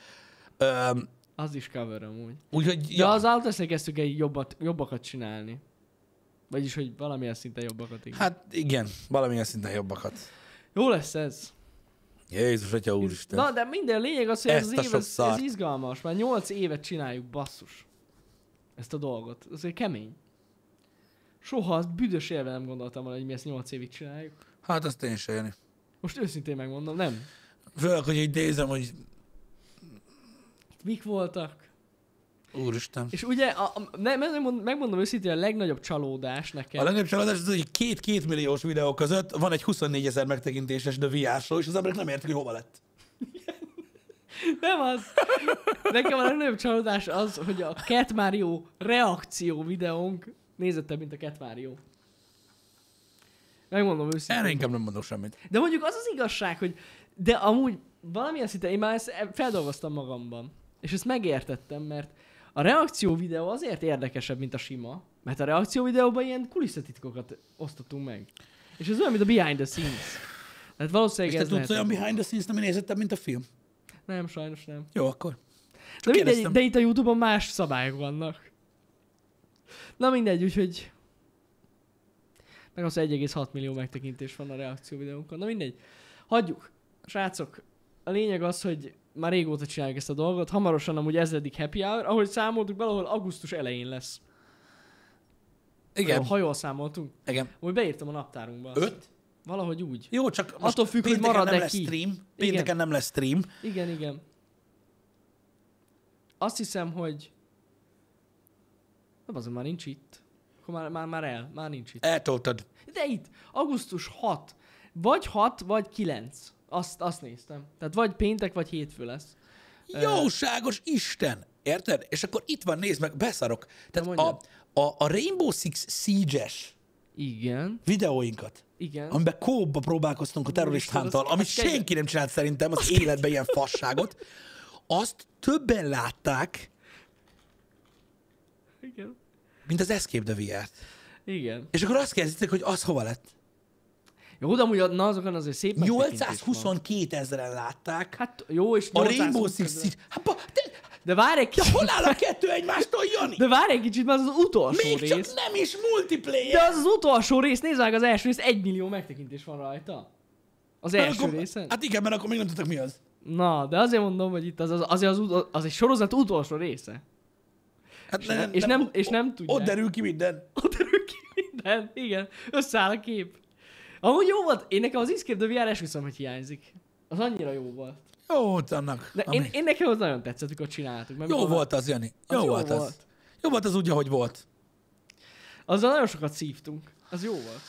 B: Öm,
A: Az is cover amúgy.
B: Úgyhogy,
A: Ja. De az Outlast-nek kezdtük egy jobbat, jobbakat csinálni. Vagyis, hogy valamilyen szinten jobbakat, igen. Hát.
B: Hát igen, valamilyen szinten jobbakat.
A: Jó lesz ez.
B: Jézus, atya úristen.
A: Na, de minden lényeg az, hogy ez,
B: Ezt
A: az
B: a
A: év,
B: sok
A: ez, ez
B: szart.
A: izgalmas. Már 8 évet csináljuk, basszus. Ezt a dolgot. Ez egy kemény. Soha az büdös élve nem gondoltam volna, hogy mi ezt 8 évig csináljuk.
B: Hát azt én sem, Jani.
A: Most őszintén megmondom, nem.
B: Főleg, hogy így nézem, hogy
A: Mik voltak?
B: úristen.
A: És ugye, a, a, nem, megmond- megmondom őszintén, a legnagyobb csalódás nekem.
B: A legnagyobb csalódás az, hogy két-két milliós videó között van egy 24 ezer megtekintéses de VR-ról, és az emberek nem értik, hogy hova lett.
A: Nem az. Nekem a legnagyobb csalódás az, hogy a Cat Mario reakció videónk nézettebb, mint a Cat Mario. Megmondom
B: Erre
A: őszintén.
B: inkább nem mondok semmit.
A: De mondjuk az az igazság, hogy de amúgy valamilyen szinten én már ezt feldolgoztam magamban. És ezt megértettem, mert a reakció videó azért érdekesebb, mint a sima. Mert a reakció videóban ilyen kulisszatitkokat osztottunk meg. És ez olyan, mint a behind the scenes. Tehát
B: És
A: valószínűleg
B: te
A: ez
B: tudsz
A: lehet
B: olyan
A: az.
B: behind the scenes, ami nézettebb, mint a film?
A: Nem, sajnos nem.
B: Jó, akkor.
A: De, mindegy,
B: kérdeztem.
A: de itt a Youtube-on más szabályok vannak. Na mindegy, úgyhogy... Meg az 1,6 millió megtekintés van a reakció videónkon. Na mindegy. Hagyjuk. Srácok, a lényeg az, hogy már régóta csináljuk ezt a dolgot, hamarosan amúgy ezredik happy hour, ahogy számoltuk be, ahol augusztus elején lesz.
B: Igen,
A: Ha jól számoltunk.
B: igen.
A: Úgy beírtam a naptárunkba. azt.
B: Öt?
A: Valahogy úgy.
B: Jó, csak most
A: Attól függ, hogy
B: pénteken
A: marad-e
B: nem lesz
A: ki.
B: stream. Pénteken nem lesz stream.
A: Igen, igen. Azt hiszem, hogy... Nem azon már nincs itt. Akkor már, már, már el, már nincs itt.
B: Eltoltad.
A: De itt, augusztus 6. Vagy 6, vagy 9. Azt, azt néztem. Tehát vagy péntek, vagy hétfő lesz.
B: Jóságos Isten! Érted? És akkor itt van, nézd meg, beszarok. Tehát a,
A: mondjad.
B: a, a Rainbow Six Siege-es
A: Igen,
B: videóinkat,
A: igen.
B: amiben kóba próbálkoztunk a terroristántal,
A: az-
B: ami
A: az kegyetlen.
B: senki nem csinált szerintem az életben ilyen fasságot, azt többen látták,
A: Igen.
B: mint az Escape the VR-t.
A: igen.
B: És akkor azt kérdezték, hogy az hova lett?
A: Jó, de amúgy a- na azokon azért szép megtekintés van.
B: 822 ezeren látták.
A: Hát jó, és
B: A
A: 820
B: Rainbow Six
A: közül.
B: Siege... Hát, ba- te,
A: De várj egy
B: de
A: kicsit,
B: hol áll a kettő egymástól, Jani?
A: de várj egy kicsit, mert az az utolsó
B: Még
A: rész.
B: csak nem is multiplayer!
A: De az az utolsó rész, nézd meg az első rész, egy millió megtekintés van rajta. Az
B: Mert
A: első
B: akkor-
A: részen?
B: Hát igen, mert akkor még nem tudtak mi az.
A: Na, de azért mondom, hogy itt az, az, azért az, utol- az egy sorozat utolsó része.
B: Hát
A: És nem- és nem- és nem tudják.
B: Ott derül ki minden.
A: Ott derül ki minden, igen, összeáll a kép. Amúgy jó volt, én nekem az Escape the VR esküszöm, hogy hiányzik. Az annyira jó volt.
B: Jó volt annak.
A: De én,
B: amíg-
A: én nekem az nagyon tetszett, amikor csináltuk. mert
B: Jó
A: mikor-
B: volt az, Jani. Jó,
A: jó
B: volt az.
A: volt.
B: Jó volt az úgy, ahogy volt.
A: Azzal nagyon sokat szívtunk. Az jó volt.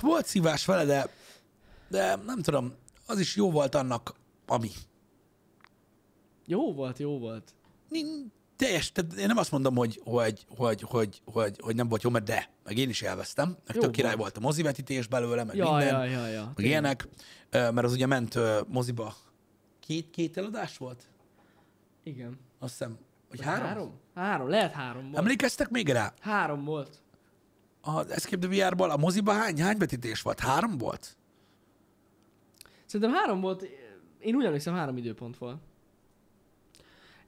B: Volt szívás vele, de, de nem tudom, az is jó volt annak, ami.
A: Jó volt, jó volt.
B: Nin- Teljes, tehát én nem azt mondom, hogy, hogy, hogy, hogy, hogy, hogy nem volt jó, mert de, meg én is elvesztem, meg
A: Jó
B: tök király
A: volt.
B: volt a mozivetítés belőle, meg
A: Ja,
B: minden,
A: ja, ja, ja.
B: meg ilyenek, Ö, mert az ugye ment ö, moziba két, két eladás volt?
A: Igen.
B: Azt hiszem, hogy három? három?
A: Három? Három, lehet három volt.
B: Emlékeztek még rá?
A: Három volt.
B: Az Escape the VR-ból a moziba hány, hány vetítés volt? Három volt?
A: Szerintem három volt, én úgy emlékszem három időpont volt.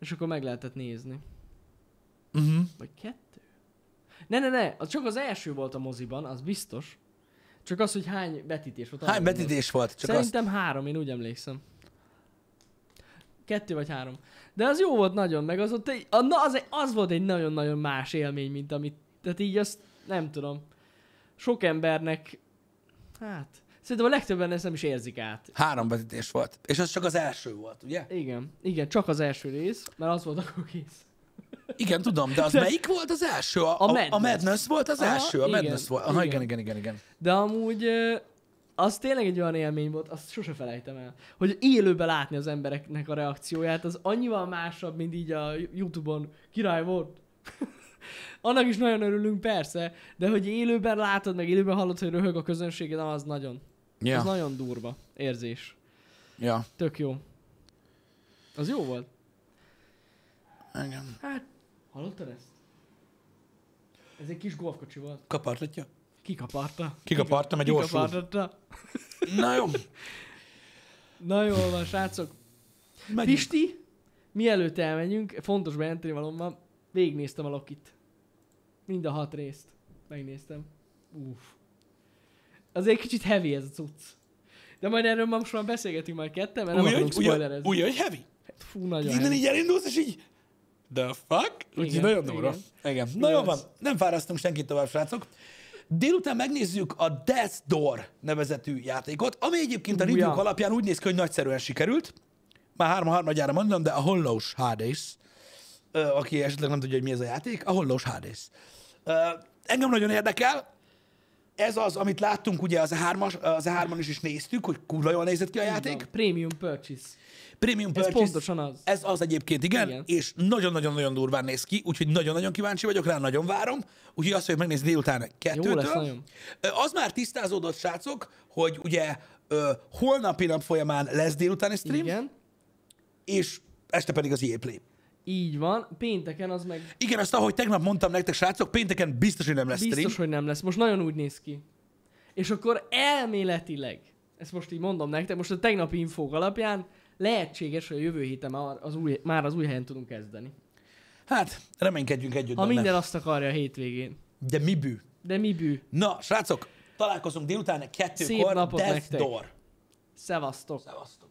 A: És akkor meg lehetett nézni.
B: Uh-huh.
A: Vagy kettő? Ne, ne, ne, az csak az első volt a moziban, az biztos. Csak az, hogy hány vetítés volt. arra
B: Hány
A: gondolok.
B: vetítés volt? Csak azt...
A: Szerintem három, én úgy emlékszem. Kettő vagy három. De az jó volt nagyon, meg az ott egy, a, na, az, egy- az volt egy nagyon-nagyon más élmény, mint amit, tehát így azt nem tudom. Sok embernek, hát, szerintem a legtöbben ezt nem is érzik át.
B: Három vetítés volt. És az csak az első volt, ugye?
A: Igen, igen, csak az első rész, mert az volt akkor kész.
B: Igen, tudom, de az
A: De-
B: melyik volt az első?
A: A
B: A, a, a
A: Madness.
B: Madness volt az
A: Aha,
B: első, a
A: igen,
B: Madness volt. Aha, igen,
A: igen.
B: igen, igen, igen.
A: De amúgy ö, az tényleg egy olyan élmény volt, azt sose felejtem el, hogy élőben látni az embereknek a reakcióját, az annyival másabb, mint így a Youtube-on király volt. Annak is nagyon örülünk persze, de hogy élőben látod, meg élőben hallod, hogy röhög a közönség, na az nagyon, az
B: Ja,
A: nagyon durva érzés.
B: ja.
A: Tök jó. Az jó volt.
B: Igen.
A: Hát, hallottad ezt? Ez egy kis golfkocsi volt.
B: Kapartatja?
A: Kikaparta.
B: Kikapartam egy orsó.
A: Kikapartatta.
B: Na jó,
A: Na jól van, srácok.
B: megyünk.
A: Pisti, mielőtt elmenjünk, fontos bejelenteni valóban, végignéztem a Lokit. Mind a hat részt. Megnéztem. Uff. Azért kicsit heavy ez a cucc. De majd erről ma most már beszélgetünk majd ketten, mert nem
B: Úgy,
A: akarunk
B: hogy- úgy,
A: spoilerezni.
B: úgy, hogy heavy.
A: Fú, nagyon
B: Innen
A: heavy.
B: így elindulsz, és így... The fuck? Úgyhogy
A: Igen,
B: nagyon durva.
A: igen.
B: Igen. Na jó
A: Igaz.
B: van, nem fárasztunk senkit tovább, srácok. Délután megnézzük a Death Door nevezetű játékot, ami egyébként a
A: Újja.
B: review alapján úgy néz ki, hogy nagyszerűen sikerült. Már három harmadjára mondom, de a Hollós Hades, ö, aki esetleg nem tudja, hogy mi ez a játék, a Hollós Hades. Ö, Engem nagyon érdekel, ez az, amit láttunk ugye az E3-as, az E3-on is, is néztük, hogy kurva jól nézett ki a játék.
A: Van. Premium purchase.
B: Premium
A: Ez
B: purchase.
A: pontosan az.
B: Ez az egyébként, igen, igen.
A: Igen.
B: és nagyon-nagyon-nagyon durván néz ki, úgyhogy nagyon-nagyon kíváncsi vagyok rá, nagyon várom. Úgyhogy azt fogjuk megnézni délután kettőtől.
A: lesz nagyon.
B: Ö, Az már tisztázódott, srácok, hogy ugye ö, holnapi nap folyamán lesz délutáni stream, igen.
A: Igen.
B: és este pedig az EA Play.
A: Így van. Pénteken az meg
B: Igen, azt ahogy tegnap mondtam nektek, srácok, pénteken biztos, hogy nem lesz
A: Biztos,
B: stream.
A: hogy nem lesz. Most nagyon úgy néz ki. És akkor elméletileg, ezt most így mondom nektek, most a tegnapi infók alapján lehetséges, hogy a jövő héten már az új, már az új helyen tudunk kezdeni.
B: Hát, reménykedjünk együtt
A: Ha
B: benne.
A: minden azt akarja a hétvégén.
B: De mi bű?
A: De mi bű.
B: Na, srácok, találkozunk délután kettőkor.
A: Szép napot
B: Death
A: nektek.
B: Door.
A: Szevasztok.
B: Szevasztok.